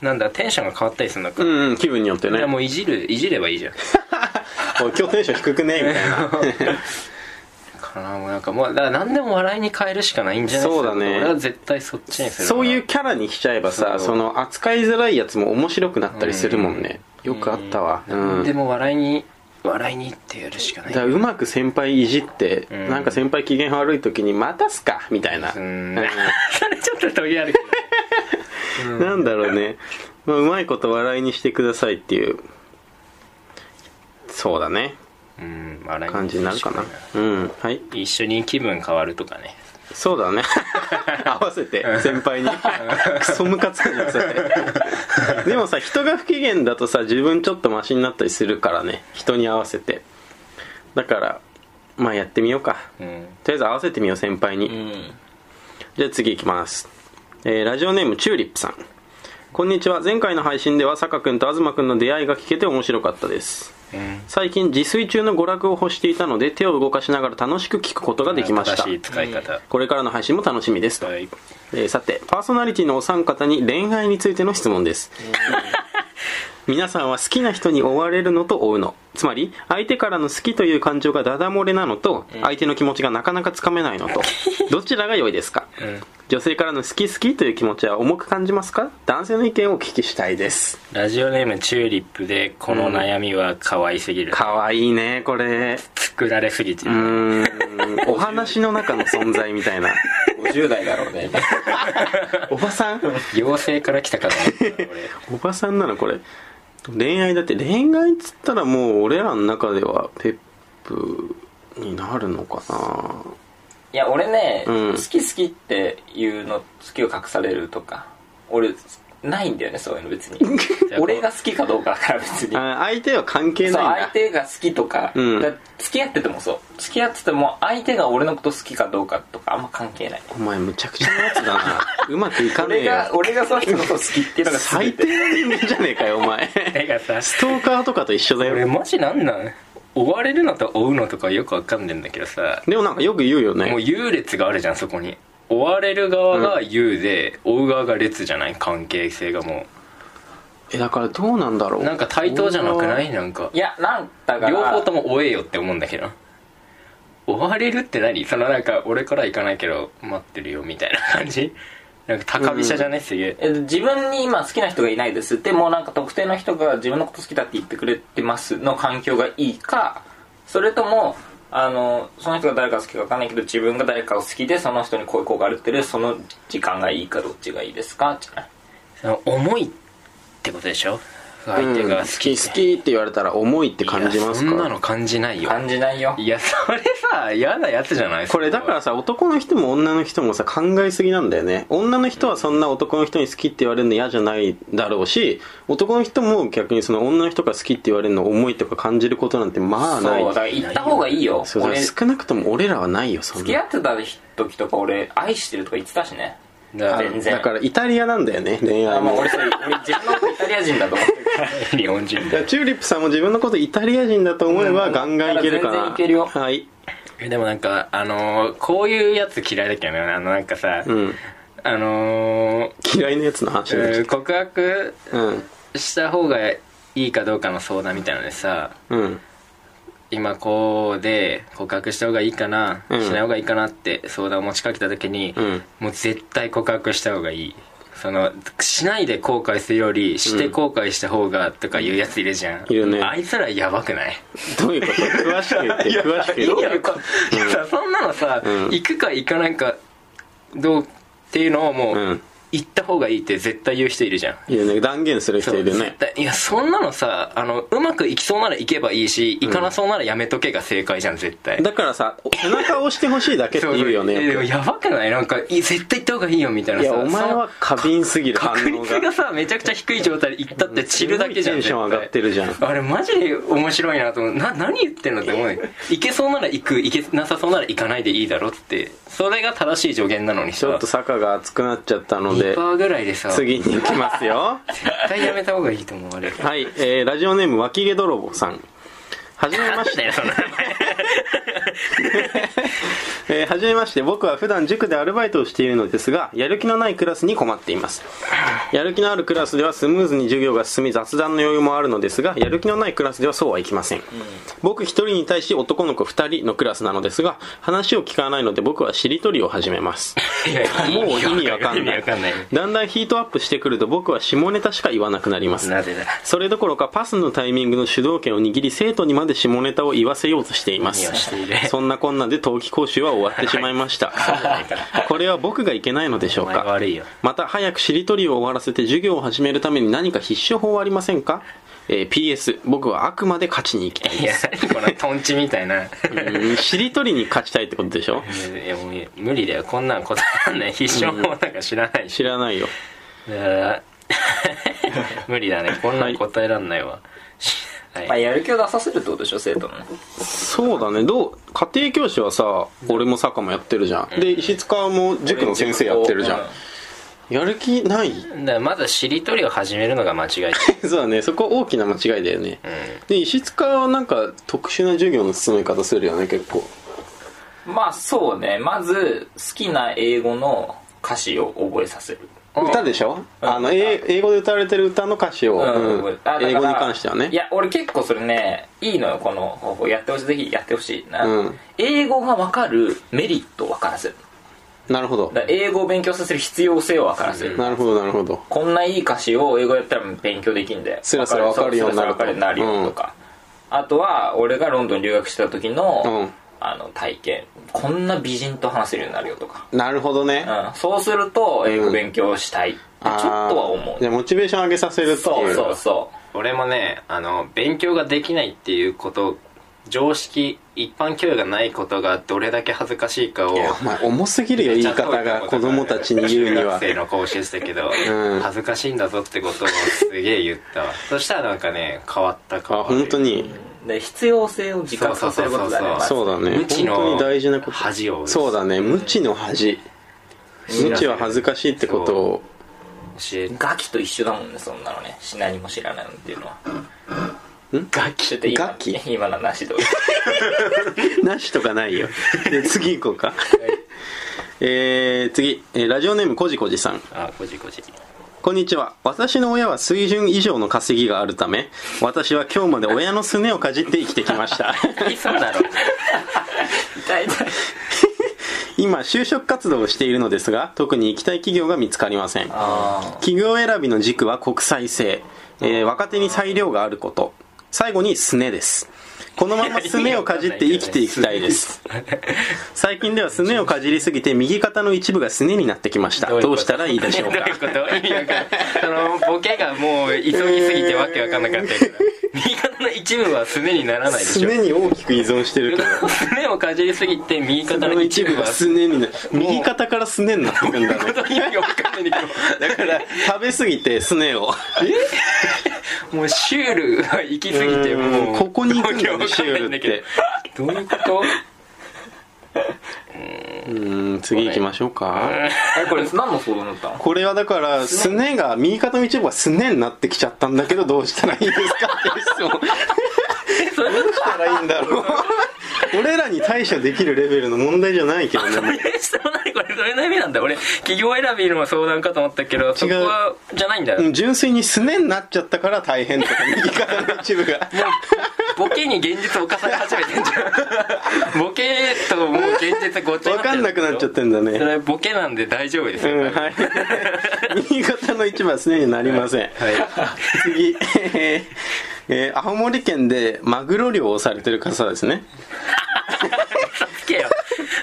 S3: なんだテンションが変わったりするのか、
S2: うんうん気分によって
S3: い
S2: ね
S3: やもういじるいじればいいじゃん
S2: おい今日テンション低くねみたいな
S3: かなもうなんかもうだから何でも笑いに変えるしかないんじゃない
S2: そうだね
S3: 俺は絶対そっちにする な
S2: そういうキャラにしちゃえばさ
S3: そう
S2: その扱いづらいやつも面白くなったりするもんねよくあったわう
S3: うん
S2: ん
S3: でも笑いに笑いにってやるしかな
S2: だ
S3: い
S2: からうまく先輩いじって、
S3: うん
S2: なんか先輩機嫌悪い時に「またすか!」みたいな、
S3: う
S2: うん
S3: ん
S2: な
S3: それちょっと飛び歩 く
S2: んだろうね、まあ、うまいこと笑いにしてくださいっていうそうだね
S3: うん笑い
S2: 感じになるかなうんはい
S3: 一緒に気分変わるとかね
S2: そ うだね合わせて先輩にクソムカつくに合わせ てでもさ人が不機嫌だとさ自分ちょっとマシになったりするからね人に合わせてだからまあやってみようか
S3: うん
S2: とりあえず合わせてみよう先輩に、
S1: うん
S2: じゃあ次いきます、えーラジオネームチューリップさんこんにちは前回の配信では坂君と東君の出会いが聞けて面白かったです
S3: うん
S2: 最近自炊中の娯楽を欲していたので手を動かしながら楽しく聞くことができました
S3: 正しい使い方、
S2: これからの配信も楽しみですと、
S3: はい
S2: えーさてパーソナリティのお三方に恋愛についての質問です、皆さんは好きな人に追われるのと追うのつまり相手からの好きという感情がダダ漏れなのと、相手の気持ちがなかなかつかめないの とどちらが良いですか、女性からの好き好きという気持ちは重く感じますか男性の意見をお聞きしたいです
S3: ラジオネームチューリップでこの悩みは可愛すぎる、
S2: かわいいねこれ
S3: 作られすぎて
S2: う
S3: る、
S2: ー んお話の中の存在みたいな
S1: 50代だろうね
S2: おばさん
S3: 妖精から来たかと思った俺
S2: おばさんなのこれ恋愛だって恋愛っつったらもう俺らの中ではペップになるのかない
S1: や俺ね、
S2: うん
S1: 好き好きっていうの好きを隠されるとか俺ないんだよねそういうの別に俺が好きかどうかだから別に
S2: あ相手は関係
S1: そう
S2: ない
S1: 相
S2: んだ
S1: 手が好きとか,、
S2: うん
S1: だ付き合っててもそう付き合ってても相手が俺のこと好きかどうかとかあんま関係ない
S2: お前むちゃくちゃなやつだなうまくいかねえ
S1: 俺が
S2: よ
S1: 俺がその人のこと好きっていうのが
S2: 最
S1: 全
S2: 低
S1: て
S2: な人間じゃねえかよお 前
S3: てかさ
S2: ストーカーとかと一緒だ
S3: 俺
S2: よ
S3: マジなんなん追われるのと追うのとかよくわかんねえんだけどさ
S2: でもなんかよく言うよ
S3: もう
S2: ね
S3: 優劣があるじゃんそこに追われる側が優で、追う側が劣じゃない関係性がも
S2: えだからどうなんだろ
S3: う
S2: う
S3: なんか対等じゃなくないなんか
S1: いやなんだから
S3: 両方とも追えよって思うんだけど追われるって何そのなんか俺から行かないけど待ってるよみたいな感じなんか高飛車じゃねすげえ
S1: え自分に今好きな人がいないですでもなんか特定の人が自分のこと好きだって言ってくれてますの環境がいいかそれともあのその人が誰か好きか分かんないけど自分が誰かを好きでその人に恋いがあるってるその時間がいいかどっちがいいですかじゃない
S3: その重いってことでしょ相手が好き
S2: 好きって言われたら重いって感じます
S3: いや
S2: か
S3: そんなの感じないよ
S1: 感じないよ
S3: いやそれさ嫌なやつじゃない
S2: これだからさ男の人も女の人もさ考えすぎなんだよね女の人はそんな男の人に好きって言われるの嫌じゃないだろうし男の人も逆にその女の人が好きって言われるの重いとか感じることなんてまあな
S1: そ
S2: いう
S1: だから行った方がいいよ
S2: そうだ
S1: 俺
S2: から
S1: 付
S2: 少なくとも俺らはないよそん
S1: き合
S2: な
S1: ってた時とか俺愛してるとか言ってたしね
S3: だから
S1: 全然
S2: だからイタリアなんだよね恋
S1: あ
S2: 愛
S1: もう
S2: も
S1: 俺それ俺自分のことイタリア人だと思ってるから
S3: 日本人
S2: いやチューリップさんも自分のことイタリア人だと思えばガンガンいけるから
S1: 全然いけるよ
S2: はい
S3: でもなんかあのーこういうやつ嫌いだけどねあのなんかさ、
S2: うん
S3: あのー
S2: 嫌いなやつの話になっち
S3: う
S2: ゃ
S3: ん告白
S2: ううん
S3: した方がいいかどうかの相談みたいなのでさ
S2: うん
S3: 今こうで告白した方がいいかな、
S2: うん
S3: しない方がいいかなって相談を持ちかけた時に、
S2: うん
S3: もう絶対告白した方がいいそのしないで後悔するよりして後悔した方がとかいうやついるじゃん、
S2: いるね
S3: あいつらやばくない
S2: どういうこと詳しく言って詳しく言っ
S3: い
S2: て
S3: やこいやさそんなのさ、
S2: うん
S3: 行くか行かないかどうっていうのをもう、
S2: うん
S3: 行った方がいいって絶対言う人いるじゃん
S2: いるね断言する人いる
S3: 絶
S2: ね
S3: 対いやそんなのさあのうまくいきそうなら行けばいいし行かなそうならやめとけが正解じゃん絶対
S2: だからさ背中を押してほしいだけって言うよ
S3: そうそうえでも
S2: ね
S3: やばくないなんかい絶対行った方がいいよみたいないさ
S2: やお前は過敏すぎる
S3: その
S2: 反
S3: 確
S2: 応
S3: 率
S2: が
S3: がさめちゃくちゃ低い状態で行ったって散るだけじゃん
S2: テンション上がって
S3: る
S2: るじゃん
S3: あれマジで面白いなと思うな何言ってんのって思うよ行けそうなら行く行けなさそうなら行かないでいいだろってそれが正しい助言なのに
S2: ちょ
S3: さ
S2: っと坂が熱くなっちゃったので
S3: 2%ぐらいでさ絶
S2: 次に行きますよ
S3: 対やめた方がいいと思うあれ
S2: はい、えーラジオネーム脇毛泥棒さんはじめまし
S3: だ
S2: て
S3: よその名前
S2: えーはじめまして僕は普段塾でアルバイトをしているのですがやる気のないクラスに困っていますやる気のあるクラスではスムーズに授業が進み雑談の余裕もあるのですがやる気のないクラスではそうはいきません、僕1人に対し男の子2人のクラスなのですが話を聞かないので僕はしりとりを始めます
S3: いや
S2: もう意味わかん
S3: 意味
S2: な
S3: わ
S2: い
S3: かんない
S2: だんだんヒートアップしてくると僕は下ネタしか言わ なくなります
S3: なぜだ
S2: それどころかパスのタイミングの主導権を握り生徒にまで下ネタを言わせようとしていま
S3: 何を
S2: す
S3: している
S2: そんなこんなで冬季講習は終わってしまいま したこれは僕がいけないのでしょ
S3: お
S2: う
S3: 前が
S2: か
S3: 悪いよ
S2: また早くしりとりを終わらせて授業を始めるために何か必勝法はありませんか、えー PS 僕はあくまで勝ちに行きたい
S3: い
S2: で
S3: や
S2: す
S3: 何このトンチみたいな
S2: うんしりとりに勝ちたいってことでしょ
S3: いやもう無理だよこんなん答えらんない必勝法なんか知らないし
S2: 知らないよ
S3: だから 無理だねこんなん答えらんないわは い、
S1: まあやる気を出させるってことでしょ生徒の
S2: そうだねどう家庭教師はさ俺も坂もやってるじゃん、で石塚も塾の先生やってるじゃん、やる気ない
S3: だからまずしりとりを始めるのが間違いだよ
S2: そうだねそこ大きな間違いだよね、で石塚はなんか特殊な授業の進め方するよね結構
S1: まあそうねまず好きな英語の歌詞を覚えさせる
S2: 歌でしょ、あのえ英語で歌われてる歌の歌詞を、うん
S1: 覚えあだから
S2: 英語に関してはね
S1: いや俺結構それねいいのよこの方法やってほしいぜひやってほしいな、
S2: うん
S1: 英語が分かるメリットを分からせる
S2: なるほど
S1: だから英語を勉強させる必要性を分からせる、
S2: なるほどなるほど
S1: こんないい歌詞を英語やったら勉強できんで。
S2: スラスラわかるようになる
S1: そうスラスラわかるようになるよとか。あとは、俺がロンドンに留学した時
S2: う
S1: の
S2: ん、
S1: あの、体験。こんな美人と話せるようになるよとか。
S2: なるほどね、
S1: うん。そうすると、英
S2: う
S1: 語
S2: ん
S1: 勉強したい。ちょっと
S2: あー
S1: は思
S2: じゃ
S1: う。
S2: あモチベーション上げさせるって
S1: そ
S2: いうう
S1: そうそ
S3: 俺もねあの勉強ができないっていうこと常識一般教養がないことがどれだけ恥ずかしいかを
S2: いやお前重すぎるよ言い方が子供たちに言うに
S3: 中
S2: は
S3: 学生の講師したけど、
S2: うん
S3: 恥ずかしいんだぞってことをすげえ言ったわそしたらなんかね変わった
S2: あ
S3: 変わる
S2: 本当に
S1: う。で、必要性を自覚させることだね。
S3: そ
S2: そ
S3: う
S2: うだね
S3: 無知の
S2: 本当に大事なこと
S3: 恥を
S2: そうだね無知の恥無知は恥ずかしいってことを
S3: 教え
S1: ガキと一緒だもんね、そんなのね。し何も知らないのっていうのは。
S2: ガ
S1: ちょっと今
S2: ガキ
S1: 今の話で。
S2: なしとかないよで次行こうか、えー、次、えーラジオネームこじこじさん
S3: あこじこじ
S2: こんにちは私の親は水準以上の稼ぎがあるため私は今日まで親のすねをかじって生きてきました
S3: そうだろう
S1: 痛い痛い。
S2: 今就職活動をしているのですが特に行きたい企業が見つかりません
S1: あ
S2: 企業選びの軸は国際性、えー若手に裁量があること最後にすねですこのままスネをかじって生きていきたいです最近ではスネをかじりすぎて右肩の一部がスネになってきました
S3: どういうこと
S2: どうしたらいいでしょう
S3: どう
S2: か
S3: いうこと意味わかんないそのボケがもう急ぎすぎてわけわかんなかったけど右肩の一部はすねにならないで
S2: ス
S3: しょ
S2: ネに大きく依存してる から
S3: すねをかじりすぎて右肩
S2: 肩
S3: の
S2: の
S3: 一
S2: 一
S3: 部
S2: 部
S3: は
S2: が
S3: す
S2: すねになる右肩からすねになってくんだね
S3: 本当に意味わかんないんだけ
S2: だから食べ過ぎてすねを
S3: どもうシュールが行き過ぎてもう
S2: ここに行くんだ
S3: わけ
S2: ね
S3: わ
S2: シ
S3: かん
S2: ュ
S3: な
S2: ー
S3: いん
S2: ルっ
S3: だけ
S2: て
S3: どどういう こと
S2: うん次行きましょうか
S1: えこれ何の想像だ ったの
S2: これはだからすねが右肩の一部がすねになってきちゃったんだけどどうしたらいいですかっていう質問どうしたらいいんだろう 俺らに対処できるレベルの問題じゃないけど ねもう
S3: 下の何これどれの意味なんだ俺企業選びの相談かと思ったけどそこはじゃないんだよ
S2: うん純粋にすねになっちゃったから大変とか右肩の一部が
S3: ボケに現実を重ね始めてんじゃ んボケともう現実ごっちゃに
S2: 分かんなくなっちゃって
S3: る
S2: んだ
S3: そ
S2: ね
S3: れボケなんで大丈夫です
S2: う
S3: よ、
S2: んはい右肩の一部はすねになりません
S3: はい
S2: 次、えーえー青森県でマグロ漁をされてる方ですね
S3: つけよ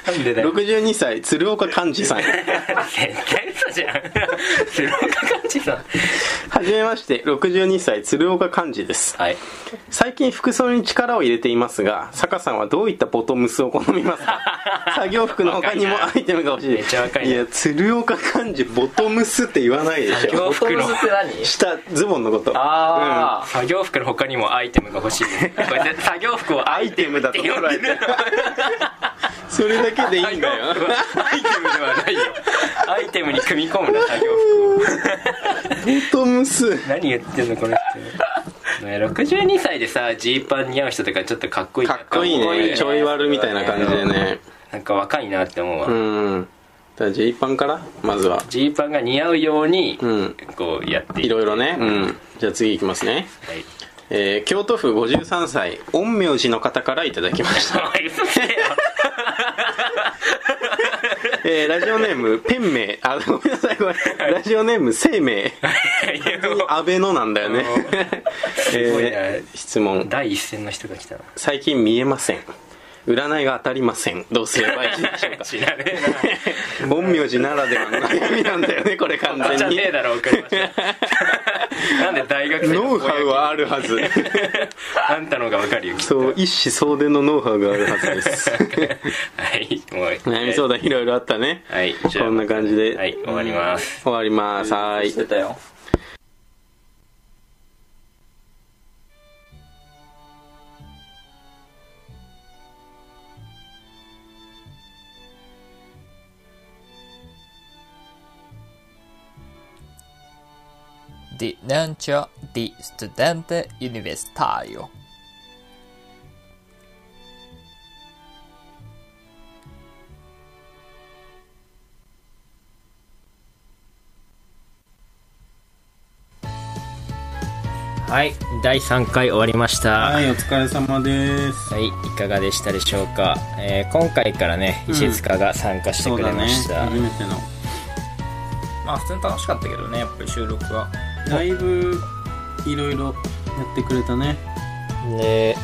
S3: なんでだよ
S2: 62歳鶴岡寛治さん
S3: 絶対嘘じゃん 鶴岡幹事さん
S2: はじめまして62歳鶴岡寛治です
S3: はい
S2: 最近服装に力を入れていますが坂さんはどういったボトムスを好みます か作業服の他にもアイテムが欲しい
S3: めっちゃ若いない
S2: や鶴岡寛治ボトムスって言わないでしょ
S3: 業服の
S1: ボトムスって何
S2: 下ズボンのこと
S1: ああ、
S3: 作業服の他にもアイテムが欲しいこれ絶対作業服をアイテムだと
S2: アイテム
S3: 捉
S2: だ
S3: え
S2: と
S3: てる
S2: うんそれだけでいいんだよ
S3: 作業服はアイテムではないよアイテムに組み込むな作業服
S2: ボト
S3: を
S2: ムス
S3: 何言ってんのこの人ね62歳でさジーパン似合う人とかちょっとかっこいい
S2: か
S3: な
S2: っこいい
S3: かっ
S2: ねちょい悪みたいな感じでね
S3: なんか若いなって思うわ
S2: うんじゃあジーパンからまずは
S3: ジー、パンが似合うように、
S2: うん
S3: こうやって
S2: い
S3: いく
S2: ろいろねうんじゃあ次いきますね
S3: はい
S2: えー京都府53歳陰陽師の方からいただきました、
S3: おい嘘つけよ
S2: えーラジオネー ムペンメイあごめんなさいこれラジオネーム生命
S3: いやもう
S2: 安倍のなんだよね、
S3: すごいな
S2: えー質問
S3: 第一線の人が来たな
S2: 最近見えません占いが当たりませんどうすればいいで しょうか
S3: 知らね
S2: 陰陽師ならではの悩みなんだよねこれ完
S3: えなじゃ
S2: 全
S3: ね
S2: に
S3: えだろ送りました なんで大学生の
S2: ノウハウはあるはず
S3: あんたのがわかるよきっと
S2: そう一子相伝のノウハウがあるはずです
S3: はいもう
S2: 悩み相談いろいろあったね
S3: はいじゃあ
S2: こんな感じで、
S3: はい終わります
S2: 終わりますはーい
S1: してたよ
S6: di Nancio di studente universitario.
S4: はい第3回終わりました
S2: はい、お疲れ様です。
S4: はい、いかがでしたでしょうか、えー今回からね石塚が参加して
S2: そう
S4: くれ
S2: だ
S4: ま
S2: ね、
S4: した、
S2: 初めての。
S6: まあ普通に楽しかったけどね、やっぱり収録は。
S2: だいぶ、いろいろやってくれたね。
S4: で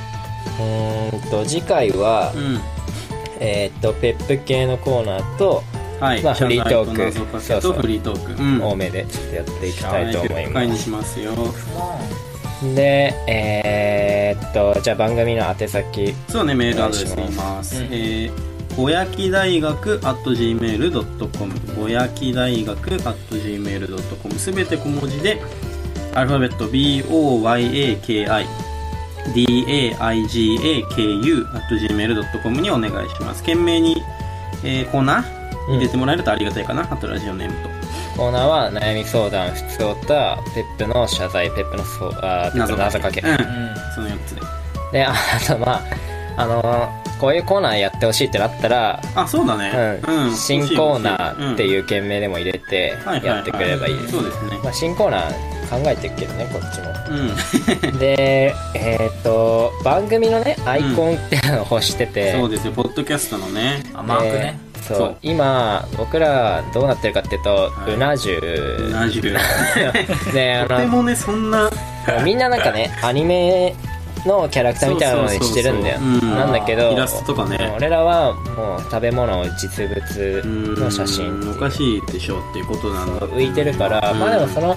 S4: うーんと次回は、
S2: うん。
S4: えーっとペップ系のコーナーと
S2: はい、
S4: まあフリートーク
S2: 謝罪と謎かけ
S4: そう
S2: と
S4: そう
S2: フリートーク。うん
S4: 多めでちょっとやっていきたいと思いま
S2: はい
S4: す、
S2: にしますよ。
S4: でえーっとじゃあ番組の宛先
S2: そうね、メールアドレス言います。
S4: うん
S2: えー、ぼやき大学 at gmail.com ぼやき大学 at gmail.com すべて小文字でアルファベット boyaki daigaku at gmail.com にお願いします懸命に、えー、コーナー入れてもらえるとありがたいかな、あとラジオネームと
S4: コーナーは悩み相談普通歌ペップの謝罪ペップのそうあーペップの謎かけ
S2: うん
S6: うん。
S2: その4つで
S4: でああとまああのーこういうコーナーやってほしいってなったら
S2: あそうだね、
S4: うん新コーナーって
S2: う
S4: いう件名でも入れて
S2: んはいはいはい
S4: やってくれればいいです、
S2: そうですね
S4: まあ、新コーナー考えてるけどねこっち も
S2: うん
S4: でえっ、と番組のねアイコンっていうのを欲してて、
S2: そうですよポッドキャストのね
S6: あ、マークね。
S4: でそう
S2: そう
S4: 今僕らどうなってるかっていうと、
S2: いう
S4: な重
S2: 70
S4: であ
S2: とて
S4: の
S2: もねそんな
S4: みんななんかねアニメ
S3: のキャラクターみたいなのにしてるんだよ
S2: そうそうそううん
S3: なんだけど
S2: イラストとかね
S3: 俺らはもう食べ物を実物の写真っていう
S2: おかしいでしょうっていうことなんだ
S3: 浮いてるから、
S2: うん
S3: まあでもその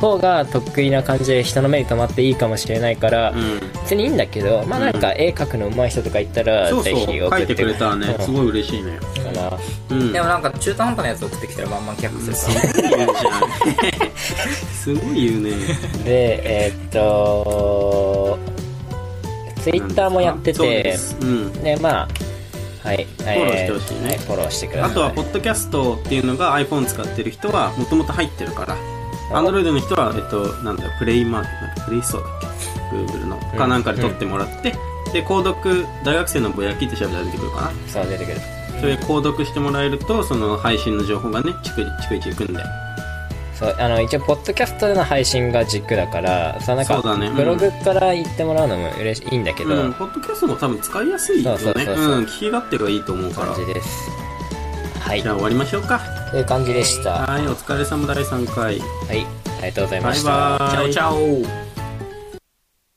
S3: 方が得意な感じで人の目に留まっていいかもしれないから、
S2: うん
S3: 別にいいんだけどまあなんか絵描くの上手い人とかいたら、
S2: そう
S3: ぜ
S2: そう
S3: ひ送
S2: 書
S3: っ
S2: い
S3: て
S2: てくれたらね
S3: うん
S2: すごい嬉しいね
S3: から
S2: うん
S1: でもなんか中途半端なやつ送ってきたらバンバン却下するから
S2: すごい言うじゃん すごい言うね
S3: でえーっとツイッターもやって
S2: そう
S3: て
S2: ですうん
S3: でまあはいフ
S2: ォローしてほしいね
S3: フォローしてくださ
S2: あ
S3: い
S2: とはポッドキャストっていうのが iPhone 使ってる人はもともと入ってるから Android の人は、えっと、なんだよプレイマークなんかプレイストアだっけ Google のかなんかで撮ってもらって、で購読大学生のぼやきって調べたら出てくるか
S3: そう出てくる
S2: なそれで購読してもらえるとその配信の情報がね逐一逐一いくんで
S3: そうあの一応ポッドキャストでの配信が軸だからさなん
S2: そ
S3: か
S2: うだねうん
S3: ブログから言ってもらうのも嬉しいいいんだけど、
S2: うん、ポッドキャストも多分使いやすいよね
S3: そうそうそうそうん
S2: 聞き勝手がいいと思うから
S3: 感じですはい
S2: じゃあ終わりましょうか
S3: という感じでしたは
S2: はいお疲れ様第3回
S3: いありがとうござい
S2: バ
S3: ま
S2: イ
S3: した
S2: バーイ
S1: チャオチャオ